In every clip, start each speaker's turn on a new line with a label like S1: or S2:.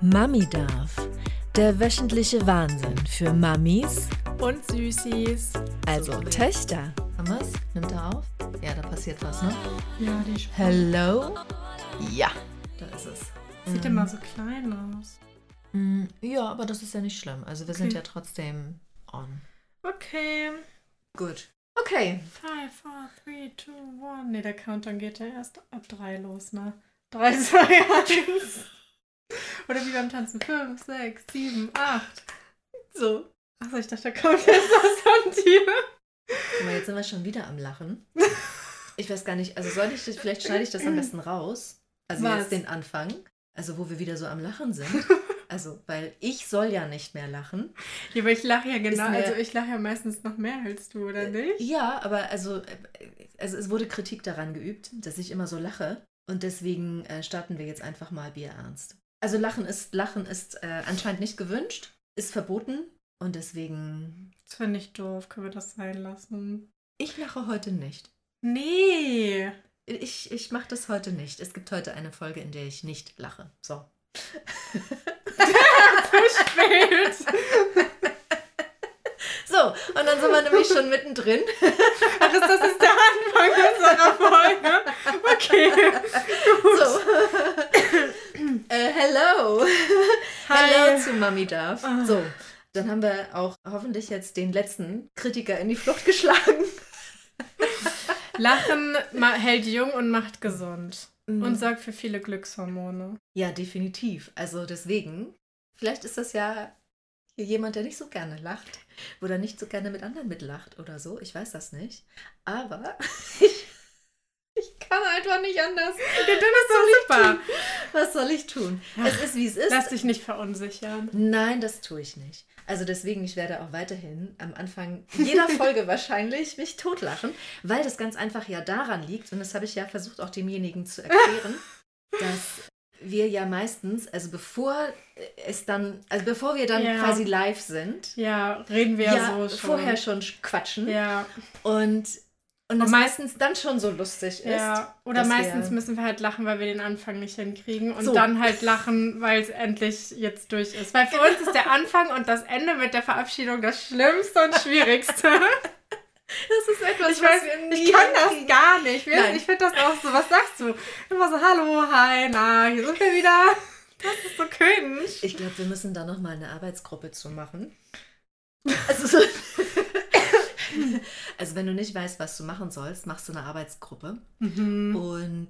S1: Mami darf. Der wöchentliche Wahnsinn für Mamis,
S2: Und Süßis.
S1: also Töchter.
S2: Haben wir's? Nimmt er auf? Ja, da passiert was, ne?
S3: Ja, die Sch
S1: Hello?
S2: Ja. Da ist es.
S3: sieht immer so klein aus.
S2: Mm, Ja, aber das ist ja nicht schlimm. Also wir sind
S3: Okay.
S2: ja trotzdem on.
S3: Okay.
S2: Gut. Okay.
S3: 5, 4, 3, 2, 1. Ne, der Countdown geht ja erst ab 3 los, ne? 3, 2, 1. Oder wie beim Tanzen. 5, 6, 7, 8. So. Achso, ich dachte, da kommt jetzt was von dir.
S2: Guck mal, jetzt sind wir schon wieder am Lachen. Ich weiß gar nicht, also soll ich das, vielleicht schneide ich das am besten raus. Also
S3: Was?
S2: jetzt den Anfang. Also wo wir wieder so am Lachen sind. Also, weil ich soll ja nicht mehr lachen.
S3: Ja, aber ich lache ja genau.
S2: mir- Äh,
S3: Also ich lache ja meistens noch mehr als du, oder nicht?
S2: Ja, aber also, äh, also es wurde Kritik daran geübt, dass ich immer so lache. Und deswegen äh, starten wir jetzt einfach mal Bierernst. Also Lachen ist, Lachen ist äh, anscheinend nicht gewünscht, ist verboten. Und deswegen,
S3: Das finde ich doof. Können wir das sein lassen?
S2: ich lache heute nicht.
S3: Nee.
S2: Ich, ich mache das heute nicht. Es gibt heute eine Folge, in der ich nicht lache. So.
S3: Spät.
S2: So, und dann sind wir nämlich schon mittendrin.
S3: Ach, ist das ist der Anfang unserer Folge? Okay.
S2: So. äh, hello. Hallo zu Mami Darf.
S3: Ah.
S2: So, dann haben wir auch hoffentlich jetzt den letzten Kritiker in die Flucht geschlagen.
S3: Lachen ma- hält jung und macht gesund.
S2: Mhm.
S3: Und sorgt für viele Glückshormone.
S2: ja, definitiv. Also deswegen, vielleicht ist das ja hier jemand, der nicht so gerne lacht oder nicht so gerne mit anderen mitlacht oder so. Ich weiß das nicht. Aber ich, ich kann einfach nicht anders.
S3: Ja, dann ist doch super.
S2: Was soll ich tun? Es ist, wie es ist.
S3: Lass dich nicht verunsichern.
S2: Nein, das tue ich nicht. Also deswegen, ich werde auch weiterhin am Anfang jeder Folge wahrscheinlich mich totlachen, weil das ganz einfach ja daran liegt, und das habe ich ja versucht auch demjenigen zu erklären, dass wir ja meistens, also bevor es dann, also bevor wir dann
S3: Ja.
S2: quasi live sind,
S3: Ja, reden wir
S2: ja,
S3: so schon.
S2: vorher schon quatschen
S3: Ja,
S2: und, und das
S3: Und mei-
S2: meistens dann schon so lustig ist.
S3: ja. Oder
S2: dass wir-
S3: meistens müssen wir halt lachen, weil wir den Anfang nicht hinkriegen. Und
S2: So.
S3: dann halt lachen, weil es endlich jetzt durch ist. Weil für uns ist der Anfang und das Ende mit der Verabschiedung das Schlimmste und Schwierigste.
S2: Das ist etwas,
S3: Ich weiß,
S2: was wir nie
S3: ich kann
S2: hinkriegen.
S3: das gar nicht. Wir-
S2: Nein.
S3: Ich finde das auch so. Was sagst du? Immer so, hallo, hi, na, hier sind wir wieder. Das ist so cringe.
S2: Ich glaube, wir müssen da nochmal eine Arbeitsgruppe zu machen. Also, so also wenn du nicht weißt, was du machen sollst, machst du eine Arbeitsgruppe.
S3: Mhm.
S2: Und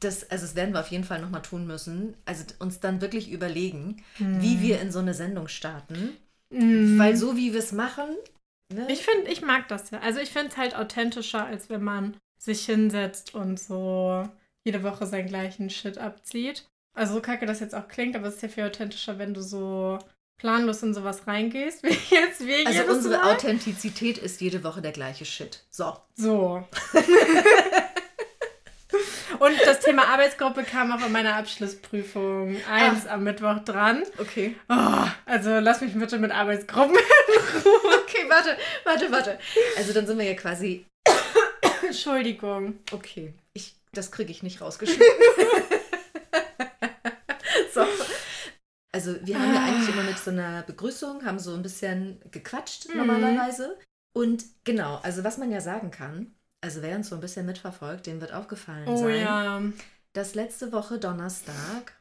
S2: das, also das werden wir auf jeden Fall nochmal tun müssen. Also uns dann wirklich überlegen, wie wir in so eine Sendung starten.
S3: Mhm.
S2: Weil so wie wir es machen, ne?
S3: Ich finde, ich mag das ja. Also ich finde es halt authentischer, als wenn man sich hinsetzt und so jede Woche seinen gleichen Shit abzieht. Also so kacke das jetzt auch klingt, aber es ist ja viel authentischer, wenn du so planlos in sowas reingehst, wie jetzt wir
S2: also
S3: jedes
S2: unsere
S3: Mal.
S2: Authentizität ist jede Woche der gleiche Shit. So.
S3: So. Und das Thema Arbeitsgruppe kam auch in meiner Abschlussprüfung 1 am Mittwoch dran.
S2: Okay.
S3: Oh, also lass mich bitte mit Arbeitsgruppen.
S2: Okay, warte, warte, warte. Also dann sind wir ja quasi.
S3: Entschuldigung.
S2: Okay. Ich, das kriege ich nicht rausgeschnitten. So. Also wir haben ja
S3: Ah.
S2: eigentlich immer mit so einer Begrüßung, haben so ein bisschen gequatscht
S3: Mhm.
S2: normalerweise. Und genau, also was man ja sagen kann, also wer uns so ein bisschen mitverfolgt, dem wird aufgefallen
S3: Oh
S2: sein,
S3: ja.
S2: dass letzte Woche Donnerstag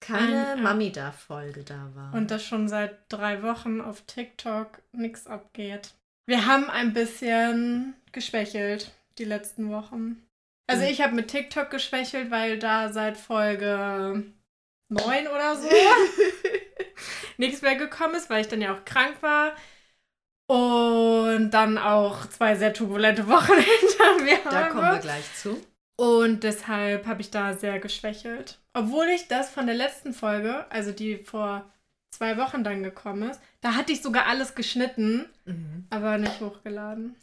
S2: keine
S3: Ein-
S2: Mami da Folge da war.
S3: Und dass schon seit drei Wochen auf TikTok nichts abgeht. Wir haben ein bisschen geschwächelt die letzten Wochen. Also
S2: Mhm.
S3: ich habe mit TikTok geschwächelt, weil da seit Folge 9 oder so nichts mehr gekommen ist, weil ich dann ja auch krank war. Und dann auch zwei sehr turbulente Wochen hinter mir
S2: da
S3: habe.
S2: kommen wir gleich zu.
S3: Und deshalb habe ich da sehr geschwächelt. Obwohl ich das von der letzten Folge, also die vor zwei Wochen dann gekommen ist, da hatte ich sogar alles geschnitten,
S2: Mhm.
S3: aber nicht hochgeladen.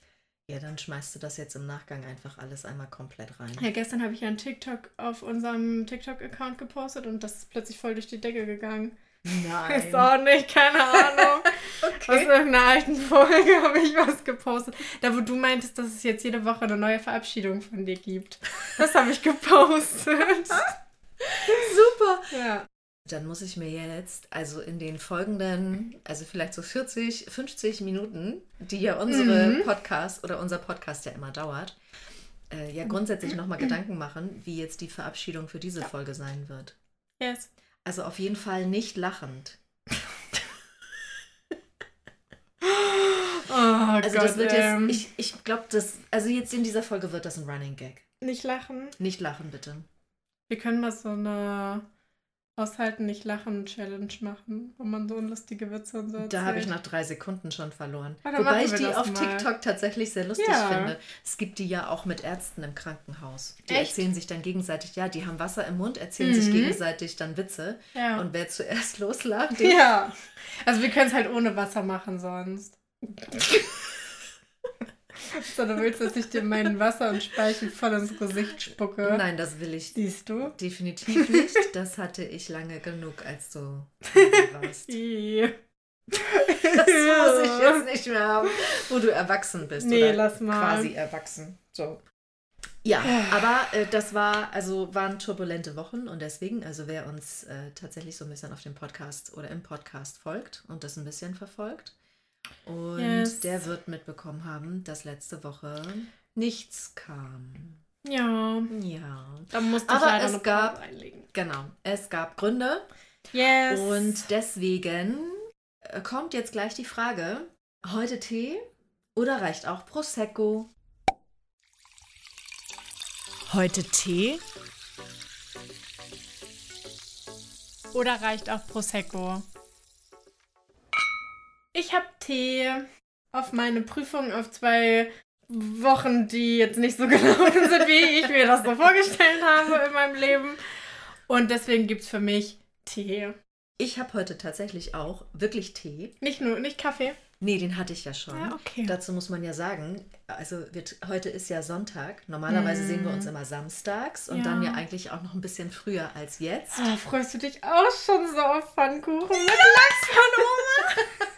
S2: Ja, dann schmeißt du das jetzt im Nachgang einfach alles einmal komplett rein.
S3: Ja, gestern habe ich ja einen TikTok auf unserem TikTok-Account gepostet und das ist plötzlich voll durch die Decke gegangen.
S2: Nein.
S3: Ist auch nicht, keine Ahnung. Aus irgendeiner alten Folge habe ich was gepostet. Da, wo du meintest, dass es jetzt jede Woche eine neue Verabschiedung von dir gibt. Das habe ich gepostet.
S2: Super.
S3: ja.
S2: dann muss ich mir jetzt, also in den folgenden, also vielleicht so 40, 50 Minuten, die ja unsere
S3: Mhm.
S2: Podcast oder unser Podcast ja immer dauert, äh, ja grundsätzlich nochmal Gedanken machen, wie jetzt die Verabschiedung für diese Folge sein wird.
S3: Yes.
S2: Also auf jeden Fall nicht lachend.
S3: Oh also
S2: Also
S3: Gott,
S2: das wird jetzt,
S3: ähm,
S2: ich, ich glaube, das, also jetzt in dieser Folge wird das ein Running Gag.
S3: nicht lachen.
S2: Nicht lachen, bitte.
S3: Wir können mal so eine Aushalten, nicht lachen Challenge machen, wo man so lustige Witze und so erzählt.
S2: Da habe ich nach drei Sekunden schon verloren.
S3: Ah, dann machen
S2: Wobei ich
S3: wir
S2: die
S3: das
S2: auf
S3: mal.
S2: TikTok tatsächlich sehr lustig
S3: Ja.
S2: finde. Es gibt die ja auch mit Ärzten im Krankenhaus. Die
S3: Echt?
S2: erzählen sich dann gegenseitig, ja, die haben Wasser im Mund, erzählen sich
S3: Mhm.
S2: gegenseitig dann Witze.
S3: Ja.
S2: Und wer zuerst loslacht, den
S3: ja. Also wir können es halt ohne Wasser machen sonst. so, du willst, dass ich dir meinen Wasser und Speichel voll ins Gesicht spucke.
S2: Nein, das will ich
S3: Siehst du?
S2: definitiv nicht. Das hatte ich lange genug, als du jünger warst.
S3: I.
S2: Das muss ich jetzt nicht mehr haben, wo du erwachsen bist.
S3: Nee,
S2: oder
S3: lass mal.
S2: Quasi erwachsen. So. Ah. Ja, aber äh, das war, also waren turbulente Wochen und deswegen, also wer uns äh, tatsächlich so ein bisschen auf dem Podcast oder im Podcast folgt und das ein bisschen verfolgt. Und
S3: Yes.
S2: der wird mitbekommen haben, dass letzte Woche nichts kam.
S3: Ja,
S2: Ja,
S3: da musste
S2: Aber
S3: ich leider
S2: es
S3: eine
S2: gab-
S3: Pause einlegen.
S2: genau. Es gab Gründe
S3: Yes.
S2: und deswegen äh, kommt jetzt gleich die Frage, heute Tee oder reicht auch Prosecco?
S1: Heute Tee?
S3: Oder reicht auch Prosecco? Ich habe Tee auf meine Prüfung auf zwei Wochen, die jetzt nicht so gelaufen sind, wie ich mir das so vorgestellt habe in meinem Leben. Und deswegen gibt es für mich Tee.
S2: Ich habe heute tatsächlich auch wirklich Tee.
S3: Nicht nur, nicht Kaffee.
S2: Nee, den hatte ich ja schon.
S3: Ah, okay.
S2: Dazu muss man ja sagen, also wir, t- heute ist ja Sonntag. Normalerweise
S3: Mm.
S2: sehen wir uns immer samstags und
S3: Ja.
S2: dann ja eigentlich auch noch ein bisschen früher als jetzt.
S3: Ah, freust du dich auch schon so auf Pfannkuchen mit Lachs von Oma?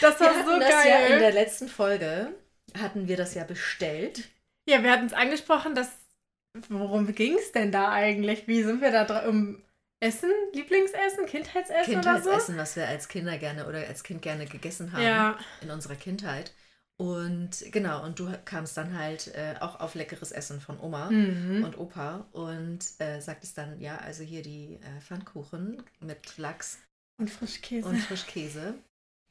S3: Das
S2: Wir
S3: war
S2: hatten
S3: so
S2: das ja in
S3: geil.
S2: der letzten Folge hatten wir das ja bestellt.
S3: Ja, wir hatten es angesprochen, dass. Worum ging es denn da eigentlich? Wie sind wir da dra- um Essen? Lieblingsessen? Kindheitsessen oder so?
S2: Kindheitsessen, was wir als Kinder gerne oder als Kind gerne gegessen haben
S3: Ja,
S2: in unserer Kindheit. Und genau, und du kamst dann halt äh, auch auf leckeres Essen von Oma.
S3: mhm.
S2: und Opa und äh, sagt es dann, ja, also hier die äh, Pfannkuchen mit Lachs
S3: und Frischkäse.
S2: und Frischkäse,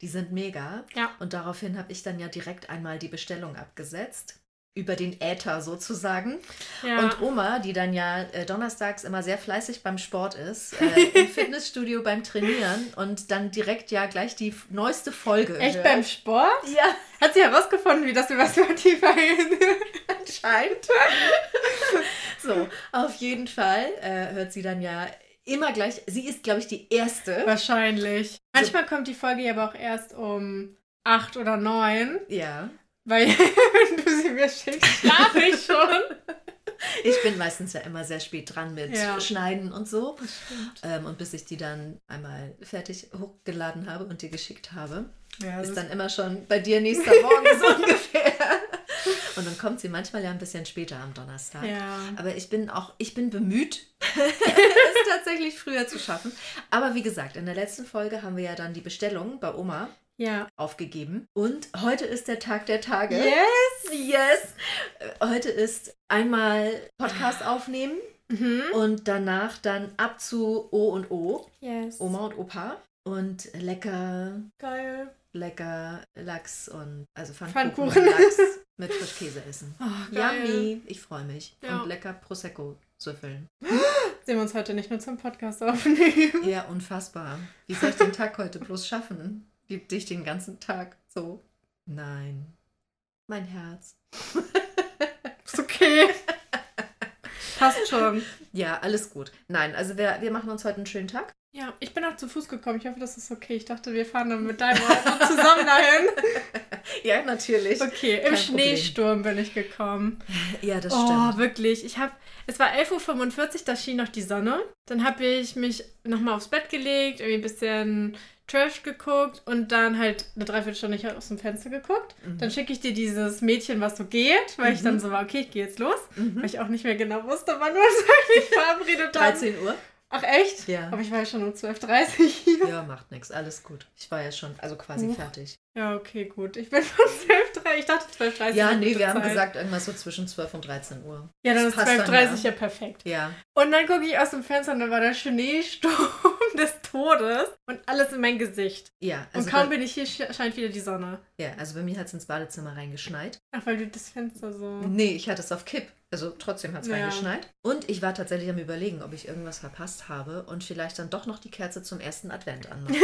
S2: die sind mega.
S3: Ja.
S2: Und daraufhin habe ich dann ja direkt einmal die Bestellung abgesetzt. Über den Äther sozusagen.
S3: ja.
S2: Und Oma, die dann ja äh, donnerstags immer sehr fleißig beim Sport ist, äh, im Fitnessstudio beim Trainieren und dann direkt ja gleich die f- neueste Folge.
S3: Echt
S2: hört.
S3: beim Sport?
S2: Ja,
S3: Hat sie herausgefunden, wie das über Spotify
S2: anscheinend. so, auf jeden Fall äh, hört sie dann ja immer gleich. Sie ist, glaube ich, die erste.
S3: Wahrscheinlich. Manchmal kommt die Folge ja aber auch erst um 8 oder 9,
S2: Ja.
S3: weil wenn du sie mir schickst, schlafe ich schon.
S2: Ich bin meistens ja immer sehr spät dran mit
S3: Ja.
S2: Schneiden und so. Ähm, und bis ich die dann einmal fertig hochgeladen habe und dir geschickt habe,
S3: Ja,
S2: ist dann immer schon bei dir nächster Morgen so ungefähr. Und dann kommt sie manchmal ja ein bisschen später am Donnerstag.
S3: ja.
S2: Aber ich bin auch, ich bin bemüht, es tatsächlich früher zu schaffen. Aber wie gesagt, in der letzten Folge haben wir ja dann die Bestellung bei Oma
S3: ja.
S2: aufgegeben. Und heute ist der Tag der Tage.
S3: Yes!
S2: Yes! Äh, Heute ist einmal Podcast aufnehmen
S3: Mhm.
S2: und danach dann ab zu O und O,
S3: Yes.
S2: Oma und Opa. Und lecker,
S3: Geil.
S2: lecker Lachs und also Pfannkuchen,
S3: Pfannkuchen.
S2: und Lachs mit Frischkäse essen.
S3: Oh,
S2: Yummy, ich freue mich.
S3: Ja.
S2: Und lecker Prosecco süffeln.
S3: sehen wir uns heute nicht nur zum Podcast aufnehmen.
S2: Ja, unfassbar. Wie soll ich den Tag heute bloß schaffen? Lieb dich den ganzen Tag so. Nein. Mein Herz.
S3: Ist okay. Passt schon.
S2: Ja, alles gut. Nein, also wir, wir machen uns heute einen schönen Tag.
S3: Ja, ich bin auch zu Fuß gekommen. Ich hoffe, das ist okay. Ich dachte, wir fahren dann mit deinem Auto zusammen dahin.
S2: Ja, natürlich.
S3: Okay, im
S2: Kein
S3: Schneesturm bin ich gekommen.
S2: Ja, das
S3: Oh,
S2: stimmt.
S3: wirklich. Ich habe, es war 11.45 Uhr, da schien noch die Sonne. Dann habe ich mich nochmal aufs Bett gelegt, irgendwie ein bisschen Trash geguckt und dann halt eine Dreiviertelstunde nicht aus dem Fenster geguckt.
S2: Mhm.
S3: Dann schicke ich dir dieses Mädchen, was so geht, weil ich
S2: Mhm.
S3: dann so war, okay, ich gehe jetzt los.
S2: Mhm.
S3: Weil ich auch nicht mehr genau wusste, wann wir uns eigentlich verabredet haben.
S2: 13 Uhr.
S3: Ach echt?
S2: Ja.
S3: Aber ich war ja schon um 12.30 Uhr hier.
S2: Ja, macht nichts, alles gut. Ich war ja schon, also quasi
S3: Huch.
S2: fertig.
S3: Ja, okay, gut. Ich bin von 12.30 Uhr. Ich dachte 12.30 Uhr.
S2: Ja,
S3: ist Also eine
S2: nee,
S3: gute
S2: wir haben
S3: Zeit.
S2: gesagt, irgendwas so zwischen 12 und 13 Uhr.
S3: Ja, dann
S2: das
S3: ist
S2: passt
S3: 12.30
S2: dann,
S3: Uhr ja. perfekt.
S2: Ja,
S3: Und dann gucke ich aus dem Fenster und dann war der Schneesturm des Todes und alles in mein Gesicht.
S2: ja.
S3: Und
S2: Also
S3: kaum
S2: bei,
S3: bin ich hier, sch- scheint wieder die Sonne.
S2: ja, also bei mir hat es ins Badezimmer reingeschneit.
S3: Ach, weil du das Fenster so.
S2: Nee, ich hatte es auf Kipp. Also trotzdem hat es
S3: Mhm. Ja.
S2: reingeschneit. Und ich war tatsächlich am überlegen, ob ich irgendwas verpasst habe und vielleicht dann doch noch die Kerze zum ersten Advent anmache.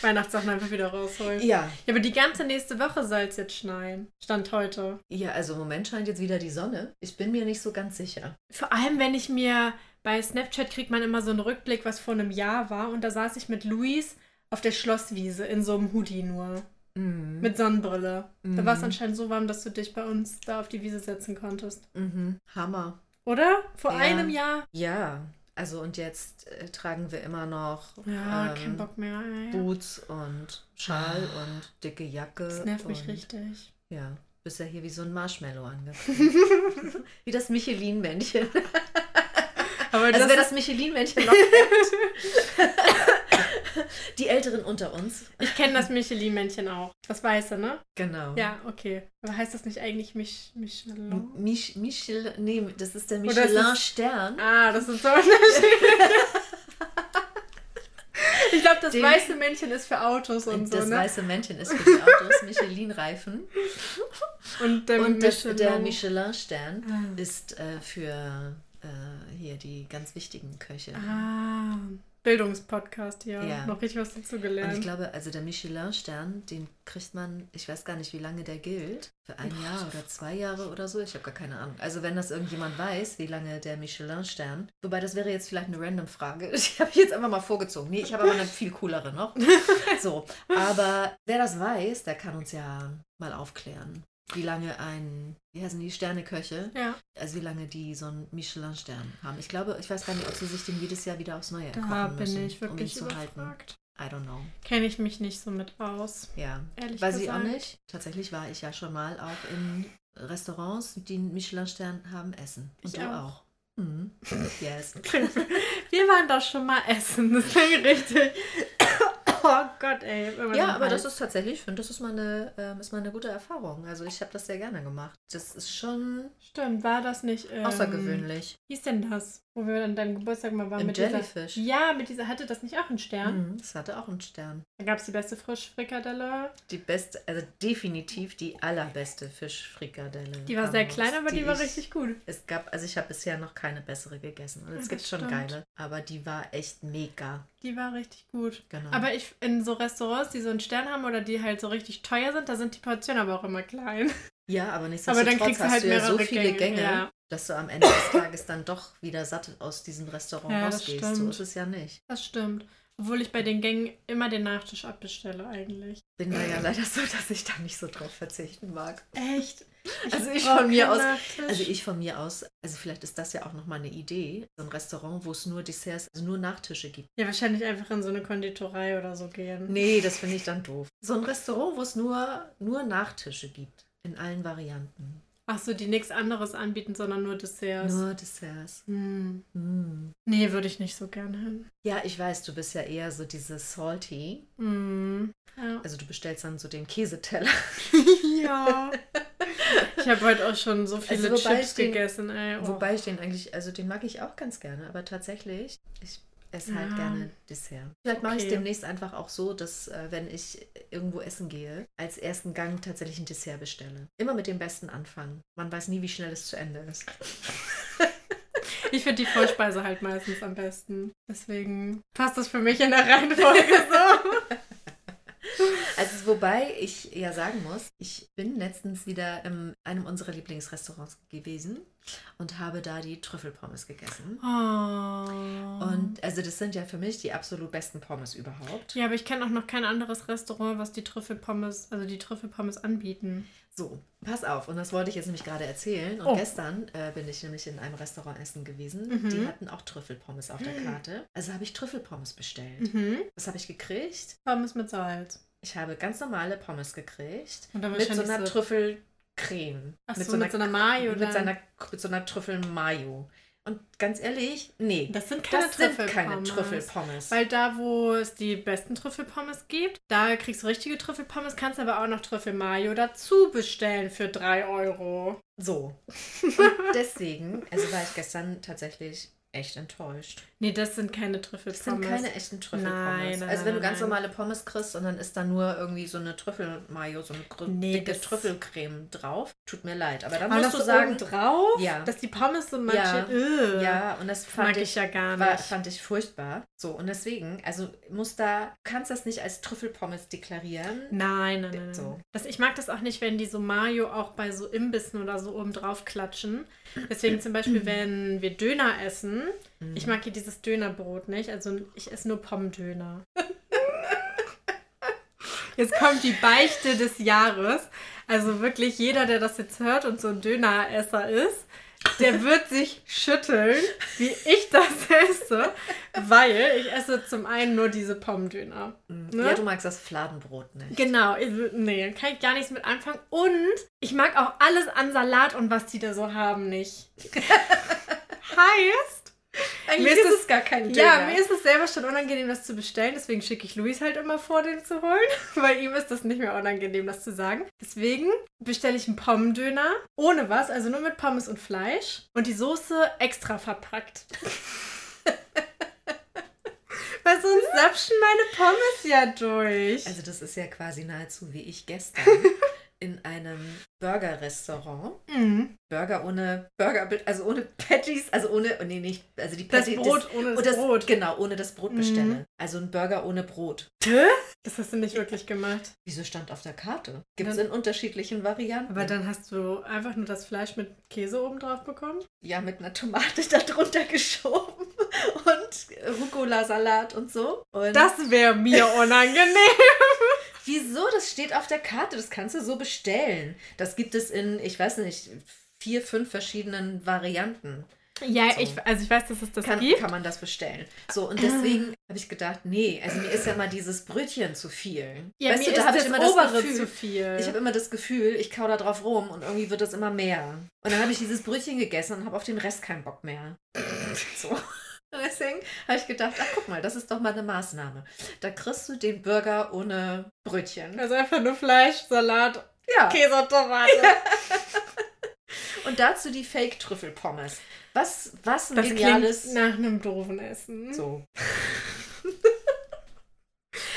S3: Weihnachtssachen einfach wieder rausholen.
S2: ja.
S3: Ja, aber die ganze nächste Woche soll es jetzt schneien. Stand heute.
S2: Ja, also im Moment scheint jetzt wieder die Sonne. Ich bin mir nicht so ganz sicher.
S3: Vor allem, wenn ich mir bei Snapchat kriegt man immer so einen Rückblick, was vor einem Jahr war. Und da saß ich mit Luis auf der Schlosswiese in so einem Hoodie nur.
S2: Mhm.
S3: Mit Sonnenbrille. Da
S2: Mhm.
S3: war es anscheinend so warm, dass du dich bei uns da auf die Wiese setzen konntest.
S2: Mhm. Hammer.
S3: Oder? Vor
S2: Ja.
S3: einem Jahr?
S2: Ja, also und jetzt äh, tragen wir immer noch
S3: Ja,
S2: ähm,
S3: kein Bock mehr. ey.
S2: Boots und Schal und dicke Jacke.
S3: Ah. Das nervt mich
S2: und,
S3: richtig.
S2: Ja, bist ja hier wie so ein Marshmallow angekommen. wie das Michelin-Männchen.
S3: Aber
S2: Also
S3: das,
S2: wer das Michelin-Männchen noch kennt. Die Älteren unter uns.
S3: ich kenne das Michelin-Männchen auch. Das Weiße, ne?
S2: Genau.
S3: Ja, okay. Aber heißt das nicht eigentlich Mich
S2: Hm.
S3: Michelin?
S2: Mich, Michel, nee, das ist der
S3: Oder ist es-
S2: Michelin-Stern.
S3: Ah, das ist so unterschiedlich. ich glaube, das
S2: Den-
S3: weiße Männchen ist für Autos und,
S2: das
S3: so, ne?
S2: weiße Männchen ist für die Autos, Michelin-Reifen.
S3: Und der
S2: Und das,
S3: Michelin.
S2: der Michelin-Stern
S3: Ah.
S2: ist äh, für äh, hier die ganz wichtigen Köche.
S3: ah, Bildungspodcast, ja.
S2: Ja.
S3: Noch richtig was dazu
S2: Und ich
S3: gelernt.
S2: glaube, also der Michelin-Stern, den kriegt man, ich weiß gar nicht, wie lange der gilt. Für ein Jahr oder zwei Jahre oder so. Ich habe gar keine Ahnung. Also wenn das irgendjemand weiß, wie lange der Michelin-Stern. Wobei, das wäre jetzt vielleicht eine random Frage. Ich habe jetzt einfach mal vorgezogen. Nee, ich habe aber eine viel coolere noch. So. Aber wer das weiß, der kann uns ja mal aufklären. Wie lange ein, wie heißen die Sterneköche?
S3: ja.
S2: Also wie lange die so einen Michelin-Stern haben. Ich glaube, ich weiß gar nicht, ob sie sich den jedes Jahr wieder aufs Neue
S3: Da
S2: erkochen müssen,
S3: bin ich wirklich
S2: um ihn zu halten.
S3: überfragt.
S2: I don't know.
S3: Kenne ich mich nicht so mit aus,
S2: Ja,
S3: ehrlich
S2: Weiß ich auch
S3: gesagt.
S2: nicht. Tatsächlich war ich ja schon mal auch in Restaurants, die einen Michelin-Stern haben, essen. Und
S3: Ich
S2: du
S3: auch.
S2: auch. Mhm. Yes.
S3: Wir waren da schon mal essen, das klingt richtig. Oh Gott, ey. immer
S2: Ja,
S3: noch
S2: aber das
S3: heiß.
S2: ist tatsächlich, ich finde, das ist mal, eine, ähm, ist mal eine gute Erfahrung. Also ich habe das sehr gerne gemacht. Das ist schon
S3: Stimmt, war das nicht. Ähm,
S2: außergewöhnlich.
S3: Wie ist denn das? Wo wir an deinem Geburtstag mal waren
S2: Im
S3: mit
S2: Jellyfish.
S3: dieser. Ja, mit dieser. Hatte das nicht auch einen Stern?
S2: Mhm, das hatte auch einen Stern.
S3: Da gab es die beste Frischfrikadelle.
S2: Die beste, also definitiv die allerbeste Fischfrikadelle.
S3: Die war sehr
S2: damals,
S3: klein, aber die, war
S2: ich-
S3: richtig gut.
S2: Es gab, also ich habe bisher noch keine bessere gegessen. Und
S3: Ja,
S2: es
S3: das
S2: gibt schon
S3: stimmt.
S2: geile, aber die war echt mega.
S3: Die war richtig gut.
S2: Genau.
S3: Aber ich in so Restaurants, die so einen Stern haben oder die halt so richtig teuer sind, da sind die Portionen aber auch immer klein.
S2: Ja, aber
S3: Aber dann
S2: nichtsdestotrotz
S3: kriegst du
S2: hast
S3: halt
S2: du ja so
S3: mehrere
S2: viele Gänge,
S3: Gänge, ja.
S2: dass du am Ende des Tages dann doch wieder satt aus diesem Restaurant
S3: Ja, das
S2: rausgehst. So
S3: stimmt.
S2: ist es ja nicht.
S3: Das stimmt. Obwohl ich bei den Gängen immer den Nachtisch abbestelle eigentlich.
S2: Bin da ja leider so, dass ich da nicht so drauf verzichten mag.
S3: Echt?
S2: Also ich
S3: brauch
S2: von mir
S3: keinen
S2: aus-
S3: Nachtisch.
S2: Also ich von mir aus, also vielleicht ist das ja auch nochmal eine Idee, so ein Restaurant, wo es nur Desserts, also nur Nachtische gibt.
S3: Ja, wahrscheinlich einfach in so eine Konditorei oder so gehen.
S2: Nee, das finde ich dann doof. So ein Restaurant, wo es nur, nur Nachtische gibt. In allen Varianten.
S3: Ach so, die nichts anderes anbieten, sondern nur Desserts.
S2: Nur Desserts.
S3: Hm.
S2: Mm.
S3: Nee, würde ich nicht so gern hin.
S2: Ja, ich weiß, du bist ja eher so diese Salty.
S3: Hm. Ja.
S2: Also du bestellst dann so den Käseteller.
S3: ja. Ich habe heute auch schon so viele
S2: Also wobei
S3: Chips
S2: ich den-
S3: gegessen, ey. Oh.
S2: Wobei ich den eigentlich, also den mag ich auch ganz gerne, aber tatsächlich, ich esse halt
S3: Ja.
S2: gerne Dessert. Vielleicht mache ich es
S3: Ah. Okay.
S2: demnächst einfach auch so, dass äh, wenn ich irgendwo essen gehe, als ersten Gang tatsächlich ein Dessert bestelle. Immer mit dem Besten anfangen. Man weiß nie, wie schnell es zu Ende ist.
S3: Ich finde die Vorspeise halt meistens am besten. Deswegen passt das für mich in der Reihenfolge so.
S2: Also wobei ich ja sagen muss, ich bin letztens wieder in einem unserer Lieblingsrestaurants gewesen und habe da die Trüffelpommes gegessen.
S3: Oh.
S2: Und also das sind ja für mich die absolut besten Pommes überhaupt.
S3: Ja, aber ich kenne auch noch kein anderes Restaurant, was die Trüffelpommes, also die Trüffelpommes anbieten.
S2: So, pass auf, und das wollte ich jetzt nämlich gerade erzählen. Und
S3: Oh.
S2: gestern äh, bin ich nämlich in einem Restaurant essen gewesen.
S3: Mhm.
S2: Die hatten auch Trüffelpommes auf der Karte. Also habe ich Trüffelpommes bestellt.
S3: Mhm.
S2: Was habe ich gekriegt?
S3: Pommes mit Salz.
S2: Ich habe ganz normale Pommes gekriegt.
S3: Und dann
S2: Mit so einer
S3: wahrscheinlich
S2: Trüffelcreme.
S3: Ach so, mit so einer Mayo
S2: mit,
S3: dann.
S2: seiner, mit so einer Trüffel-Mayo. Und ganz ehrlich, nee.
S3: Das sind keine
S2: Das sind
S3: Trüffelpommes.
S2: keine Trüffelpommes.
S3: Weil da, wo es die besten Trüffelpommes gibt, da kriegst du richtige Trüffelpommes, kannst aber auch noch Trüffelmayo dazu bestellen für 3 Euro.
S2: So. Und deswegen, also war ich gestern tatsächlich echt enttäuscht.
S3: Nee, das sind keine Trüffelpommes.
S2: Das sind keine echten Trüffelpommes.
S3: Nein, nein,
S2: also wenn du
S3: nein,
S2: ganz
S3: nein.
S2: normale Pommes kriegst und dann ist da nur irgendwie so eine Trüffelmayo, so eine gr-
S3: Nee,
S2: dicke
S3: das-
S2: Trüffelcreme drauf, tut mir leid. Aber dann
S3: Aber
S2: musst du sagen,
S3: drauf,
S2: Ja.
S3: dass die Pommes so manche,
S2: Ja.
S3: Ugh,
S2: ja, und das fand
S3: mag
S2: ich,
S3: ich ja gar
S2: war,
S3: nicht.
S2: fand ich furchtbar. So, und deswegen, also muss da, du kannst das nicht als Trüffelpommes deklarieren.
S3: Nein, nein, nein.
S2: So.
S3: So. Das, ich mag das auch nicht, wenn die so Mayo auch bei so Imbissen oder so oben drauf klatschen. Deswegen zum Beispiel, wenn wir Döner essen, ich mag hier dieses Dönerbrot nicht, also ich esse nur Pommdöner. Jetzt kommt die Beichte des Jahres. Also wirklich jeder, der das jetzt hört und so ein Döneresser ist, der wird sich schütteln, wie ich das esse, weil ich esse zum einen nur diese Pommdöner. ne?
S2: Ja, du magst das Fladenbrot nicht.
S3: Genau, ich wür- nee, dann kann ich gar nichts mit anfangen. Und ich mag auch alles an Salat und was die da so haben nicht. heißt,
S2: Eigentlich
S3: ist
S2: es gar kein
S3: ja, mir ist es selber schon unangenehm, das zu bestellen. Deswegen schicke ich Luis halt immer vor, den zu holen. Weil ihm ist das nicht mehr unangenehm, das zu sagen. Deswegen bestelle ich einen Pommdöner ohne was, also nur mit Pommes und Fleisch. Und die Soße extra verpackt. Weil sonst sapschen meine Pommes ja durch.
S2: Also das ist ja quasi nahezu wie ich gestern in einem Burger-Restaurant.
S3: Mhm.
S2: Burger ohne Burger, also ohne Patties, also ohne, oh nee, nicht, also die
S3: Das
S2: Patty,
S3: Brot ohne
S2: das,
S3: das,
S2: und das
S3: Brot.
S2: Genau, ohne das Brot bestelle.
S3: Mhm.
S2: Also ein Burger ohne Brot.
S3: Das hast du nicht wirklich gemacht.
S2: Wieso stand auf der Karte? Gibt es
S3: Ja.
S2: in unterschiedlichen Varianten.
S3: Aber dann hast du einfach nur das Fleisch mit Käse oben drauf bekommen.
S2: ja, mit einer Tomate da drunter geschoben und Rucola-Salat und so. Und
S3: Das wäre mir unangenehm.
S2: Wieso? Das steht auf der Karte. Das kannst du so bestellen. Das gibt es in, ich weiß nicht, vier, fünf verschiedenen Varianten.
S3: ja,
S2: So.
S3: ich, also ich weiß, dass es das
S2: Kann,
S3: gibt. Ah.
S2: kann man das bestellen. So, und deswegen habe ich gedacht, nee, also mir ist ja mal dieses Brötchen zu viel.
S3: ja, mir
S2: da
S3: ist
S2: habe
S3: das
S2: ich immer
S3: obere
S2: das Gefühl,
S3: zu viel.
S2: ich habe immer das Gefühl, ich kau da drauf rum und irgendwie wird das immer mehr. Und dann habe ich dieses Brötchen gegessen und habe auf den Rest keinen Bock mehr. So. Und deswegen habe ich gedacht, ach guck mal, das ist doch mal eine Maßnahme. Da kriegst du den Burger ohne Brötchen.
S3: also einfach nur Fleisch, Salat,
S2: Ja.
S3: Käse und Tomate.
S2: Und dazu die Fake-Trüffel-Pommes. Was, was ein
S3: Das
S2: geniales.
S3: klingt nach einem doofen Essen.
S2: so.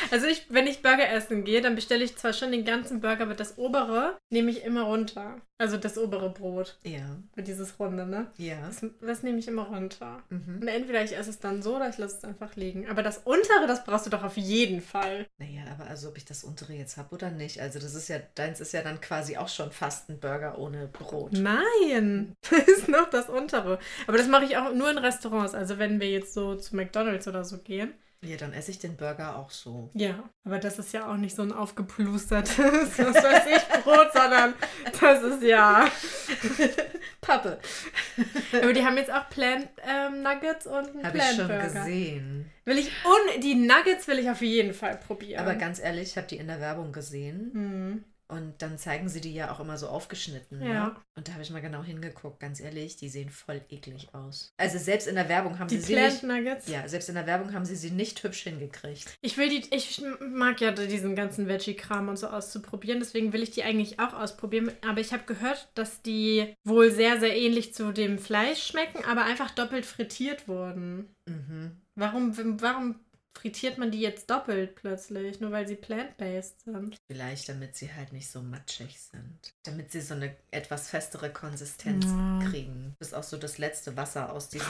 S3: Also ich, wenn ich Burger essen gehe, dann bestelle ich zwar schon den ganzen Burger, aber das obere nehme ich immer runter. Also das obere Brot.
S2: Ja,
S3: Dieses runde, ne?
S2: ja.
S3: Das, das nehme ich immer runter.
S2: Mhm.
S3: Und entweder ich esse es dann so oder ich lasse es einfach liegen. Aber das untere, das brauchst du doch auf jeden Fall.
S2: Naja, aber also ob ich das untere jetzt habe oder nicht. Also das ist ja, deins ist ja dann quasi auch schon fast ein Burger ohne
S3: Mhm.
S2: Brot.
S3: Nein, das ist noch das untere. Aber das mache ich auch nur in Restaurants. Also wenn wir jetzt so zu McDonald's oder so gehen.
S2: Ja, dann esse ich den Burger auch so.
S3: Ja, aber das ist ja auch nicht so ein aufgeplustertes, was weiß ich, Brot, sondern das ist ja...
S2: Pappe.
S3: Aber die haben jetzt auch Plant ähm, Nuggets und einen
S2: Habe ich
S3: Plant
S2: schon
S3: Burger.
S2: gesehen.
S3: Will ich un die Nuggets will ich auf jeden Fall probieren.
S2: Aber ganz ehrlich, ich habe die in der Werbung gesehen.
S3: Hm.
S2: Und dann zeigen sie die ja auch immer so aufgeschnitten. Ne?
S3: Ja.
S2: Und da habe ich mal genau hingeguckt. Ganz ehrlich, die sehen voll eklig aus. Also selbst in der Werbung haben
S3: Die
S2: sie sie nicht...
S3: Plant Nuggets?
S2: Ja, selbst in der Werbung haben sie sie nicht hübsch hingekriegt.
S3: Ich will die, ich mag ja diesen ganzen Veggie-Kram und so auszuprobieren, deswegen will ich die eigentlich auch ausprobieren. Aber ich habe gehört, dass die wohl sehr, sehr ähnlich zu dem Fleisch schmecken, aber einfach doppelt frittiert wurden.
S2: Mhm.
S3: Warum, warum frittiert man die jetzt doppelt plötzlich? Nur weil sie plant-based sind.
S2: Vielleicht, damit sie halt nicht so matschig sind. Damit sie so eine etwas festere Konsistenz
S3: Ja.
S2: kriegen. Das ist auch so das letzte Wasser aus diesem.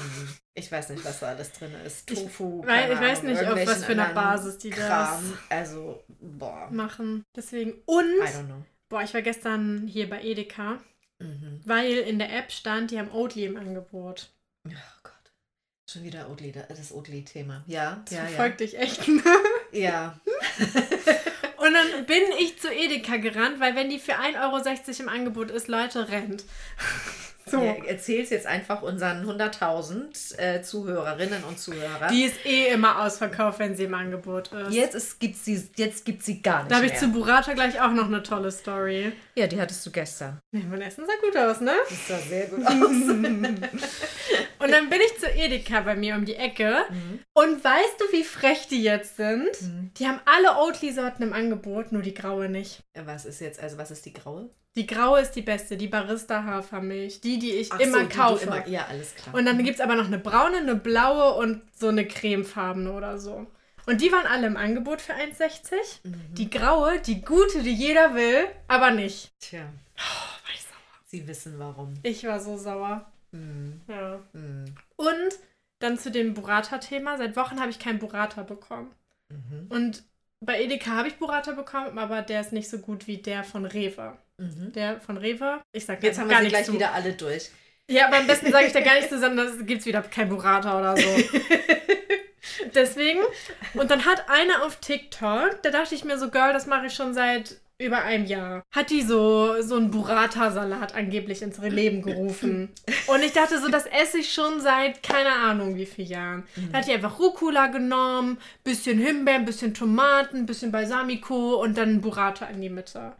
S2: Ich weiß nicht, was da alles drin ist.
S3: Ich
S2: Tofu.
S3: wei-
S2: keine
S3: ich weiß
S2: Ahnung,
S3: nicht, auf was
S2: irgendwelchen
S3: für einer
S2: anderen
S3: Basis die das-
S2: Kram. Also, boah.
S3: Machen. Deswegen.
S2: I
S3: Und,
S2: don't know.
S3: boah, ich war gestern hier bei Edeka,
S2: Mhm.
S3: weil in der App stand, die haben Oatly im Angebot.
S2: Oh Gott. Schon wieder Odli, das Odli-Thema. Ja,
S3: Das
S2: ja, ja.
S3: verfolgt dich echt, ne?
S2: Ja.
S3: Und dann bin ich zu Edeka gerannt, weil wenn die für 1,60 Euro im Angebot ist, Leute, rennt. So.
S2: ja Erzähl's jetzt einfach unseren 100.000 äh, Zuhörerinnen und Zuhörern.
S3: Die ist eh immer ausverkauft, wenn sie im Angebot ist.
S2: Jetzt ist, gibt's sie, jetzt gibt's sie gar nicht
S3: da habe
S2: mehr.
S3: ich zu Burrata gleich auch noch eine tolle Story.
S2: ja, die hattest du gestern.
S3: Nee, mein Essen sah gut aus, ne?
S2: Das sah sehr gut aus.
S3: Und dann bin ich zu Edeka bei mir um die Ecke. Und weißt du, wie frech die jetzt sind?
S2: Mhm.
S3: Die haben alle Oatly-Sorten im Angebot, nur die graue nicht.
S2: Was ist jetzt, also was ist die graue?
S3: Die graue ist die beste, die Barista-Hafermilch, die, die ich
S2: Ach so,
S3: immer
S2: die du
S3: kaufe.
S2: immer- ja, alles klar.
S3: Und dann gibt es aber noch eine braune, eine blaue und so eine cremefarbene oder so. Und die waren alle im Angebot für 1,60.
S2: Mhm.
S3: Die graue, die gute, die jeder will, aber nicht.
S2: Tja,
S3: Oh, war ich, sauer.
S2: sie wissen warum.
S3: ich war so sauer.
S2: Mhm.
S3: Ja.
S2: Mhm.
S3: Und dann zu dem Burrata-Thema. Seit Wochen habe ich keinen Burrata bekommen.
S2: Mhm.
S3: Und bei Edeka habe ich Burrata bekommen, aber der ist nicht so gut wie der von Rewe.
S2: Mhm.
S3: Der von Rewe, ich sag
S2: Jetzt
S3: gar
S2: haben wir sie
S3: nichts
S2: gleich
S3: zu.
S2: wieder alle durch.
S3: Ja, aber am besten sage ich da gar nichts zusammen, das gibt's wieder kein Burrata oder so. Deswegen. Und dann hat einer auf TikTok, da dachte ich mir so, Girl, das mache ich schon seit über einem Jahr. Hat die so, so einen Burrata-Salat angeblich ins Leben gerufen. Und ich dachte so, das esse ich schon seit keine Ahnung wie vielen Jahren.
S2: Mhm.
S3: Da hat die einfach Rucola genommen, bisschen Himbeeren, bisschen Tomaten, bisschen Balsamico und dann Burrata in die Mitte.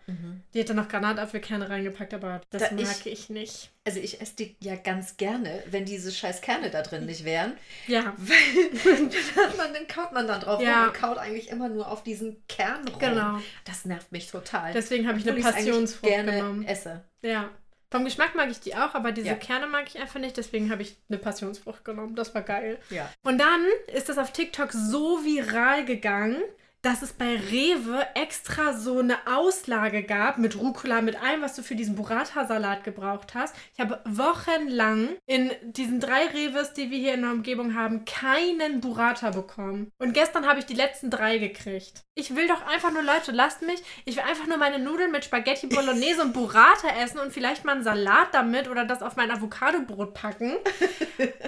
S3: Die hat dann noch Granatapfelkerne reingepackt, aber das
S2: Mhm. Da
S3: mag
S2: ich-
S3: ich nicht.
S2: Also ich esse die ja ganz gerne, wenn diese scheiß Kerne da drin nicht wären.
S3: Ja.
S2: Weil dann, hat man, dann kaut man da drauf
S3: Ja.
S2: rum und kaut eigentlich immer nur auf diesen Kern rum.
S3: Genau.
S2: Das nervt mich total.
S3: Deswegen habe ich eine
S2: Obwohl ich's eigentlich
S3: Passionsfrucht
S2: gerne
S3: genommen.
S2: esse.
S3: Ja. Vom Geschmack mag ich die auch, aber diese
S2: Ja.
S3: Kerne mag ich einfach nicht, deswegen habe ich eine Passionsfrucht genommen. Das war geil.
S2: Ja.
S3: Und dann ist das auf TikTok so viral gegangen, dass es bei Rewe extra so eine Auslage gab mit Rucola, mit allem, was du für diesen Burrata-Salat gebraucht hast. Ich habe wochenlang in diesen drei Rewes, die wir hier in der Umgebung haben, keinen Burrata bekommen. Und gestern habe ich die letzten drei gekriegt. Ich will doch einfach nur, Leute, lasst mich. Ich will einfach nur meine Nudeln mit Spaghetti Bolognese und Burrata essen und vielleicht mal einen Salat damit oder das auf mein Avocadobrot packen.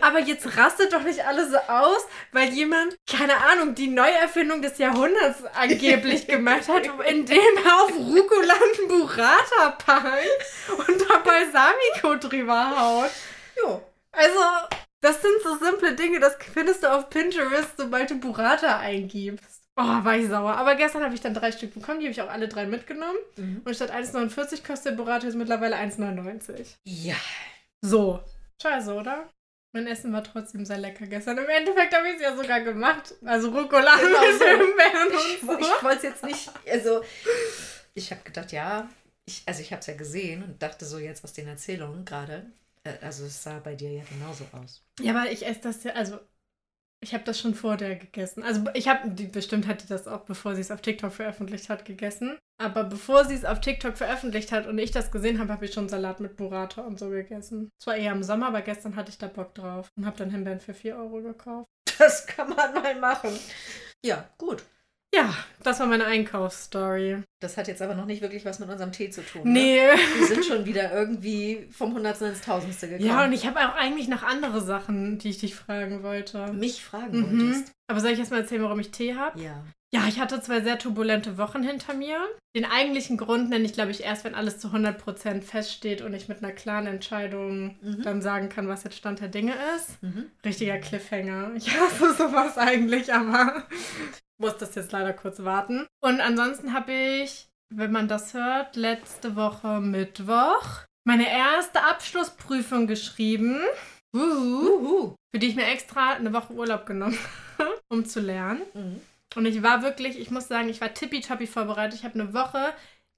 S3: Aber jetzt rastet doch nicht alle so aus, weil jemand, keine Ahnung, die Neuerfindung des Jahrhunderts angeblich gemacht hat, indem er auf Rucola einen Burrata packt und da Balsamico drüber haut.
S2: Jo.
S3: Also, das sind so simple Dinge, das findest du auf Pinterest, sobald du Burrata eingibst. Oh, war ich sauer. Aber gestern habe ich dann drei Stück bekommen, die habe ich auch alle drei mitgenommen.
S2: Mhm.
S3: Und statt 1,49 kostet der Burrata jetzt mittlerweile 1,99.
S2: Ja.
S3: So. Scheiße, oder? Mein Essen war trotzdem sehr lecker gestern. Im Endeffekt habe ich es ja sogar gemacht. Also Rucola
S2: Genau
S3: mit
S2: so.
S3: Himbeeren
S2: Ich,
S3: und
S2: woll-
S3: so.
S2: ich wollte es jetzt nicht, also ich habe gedacht, ja, ich, also ich habe es ja gesehen und dachte so jetzt aus den Erzählungen gerade, äh, also es sah bei dir ja genauso aus.
S3: Ja, aber ich esse das ja, also ich habe das schon vor der gegessen. Also ich habe, die- bestimmt hat die das auch, bevor sie es auf TikTok veröffentlicht hat, gegessen. Aber bevor sie es auf TikTok veröffentlicht hat und ich das gesehen habe, habe ich schon Salat mit Burrata und so gegessen. Zwar eher im Sommer, aber gestern hatte ich da Bock drauf und habe dann Himbeeren für 4 Euro gekauft.
S2: Das kann man mal machen. Ja, gut.
S3: Ja, das war meine Einkaufsstory.
S2: Das hat jetzt aber noch nicht wirklich was mit unserem Tee zu tun. Ne?
S3: Nee.
S2: Wir sind schon wieder irgendwie vom Hundertsten ins Tausendste gekommen.
S3: Ja, und ich habe auch eigentlich noch andere Sachen, die ich dich fragen wollte.
S2: mich fragen
S3: Mhm.
S2: wolltest.
S3: Aber soll ich erstmal erzählen, warum ich Tee habe?
S2: Ja.
S3: Ja, ich hatte zwei sehr turbulente Wochen hinter mir. Den eigentlichen Grund nenne ich, glaube ich, erst, wenn alles zu 100% feststeht und ich mit einer klaren Entscheidung
S2: Mhm.
S3: dann sagen kann, was jetzt Stand der Dinge ist.
S2: Mhm.
S3: Richtiger Cliffhanger. Ich hasse sowas eigentlich, aber muss das jetzt leider kurz warten. Und ansonsten habe ich, wenn man das hört, letzte Woche Mittwoch meine erste Abschlussprüfung geschrieben. Uhu
S2: Uhu.
S3: für die ich mir extra eine Woche Urlaub genommen habe, um zu lernen.
S2: Mhm.
S3: Und ich war wirklich, ich muss sagen, ich war tippitoppi vorbereitet. Ich habe eine Woche,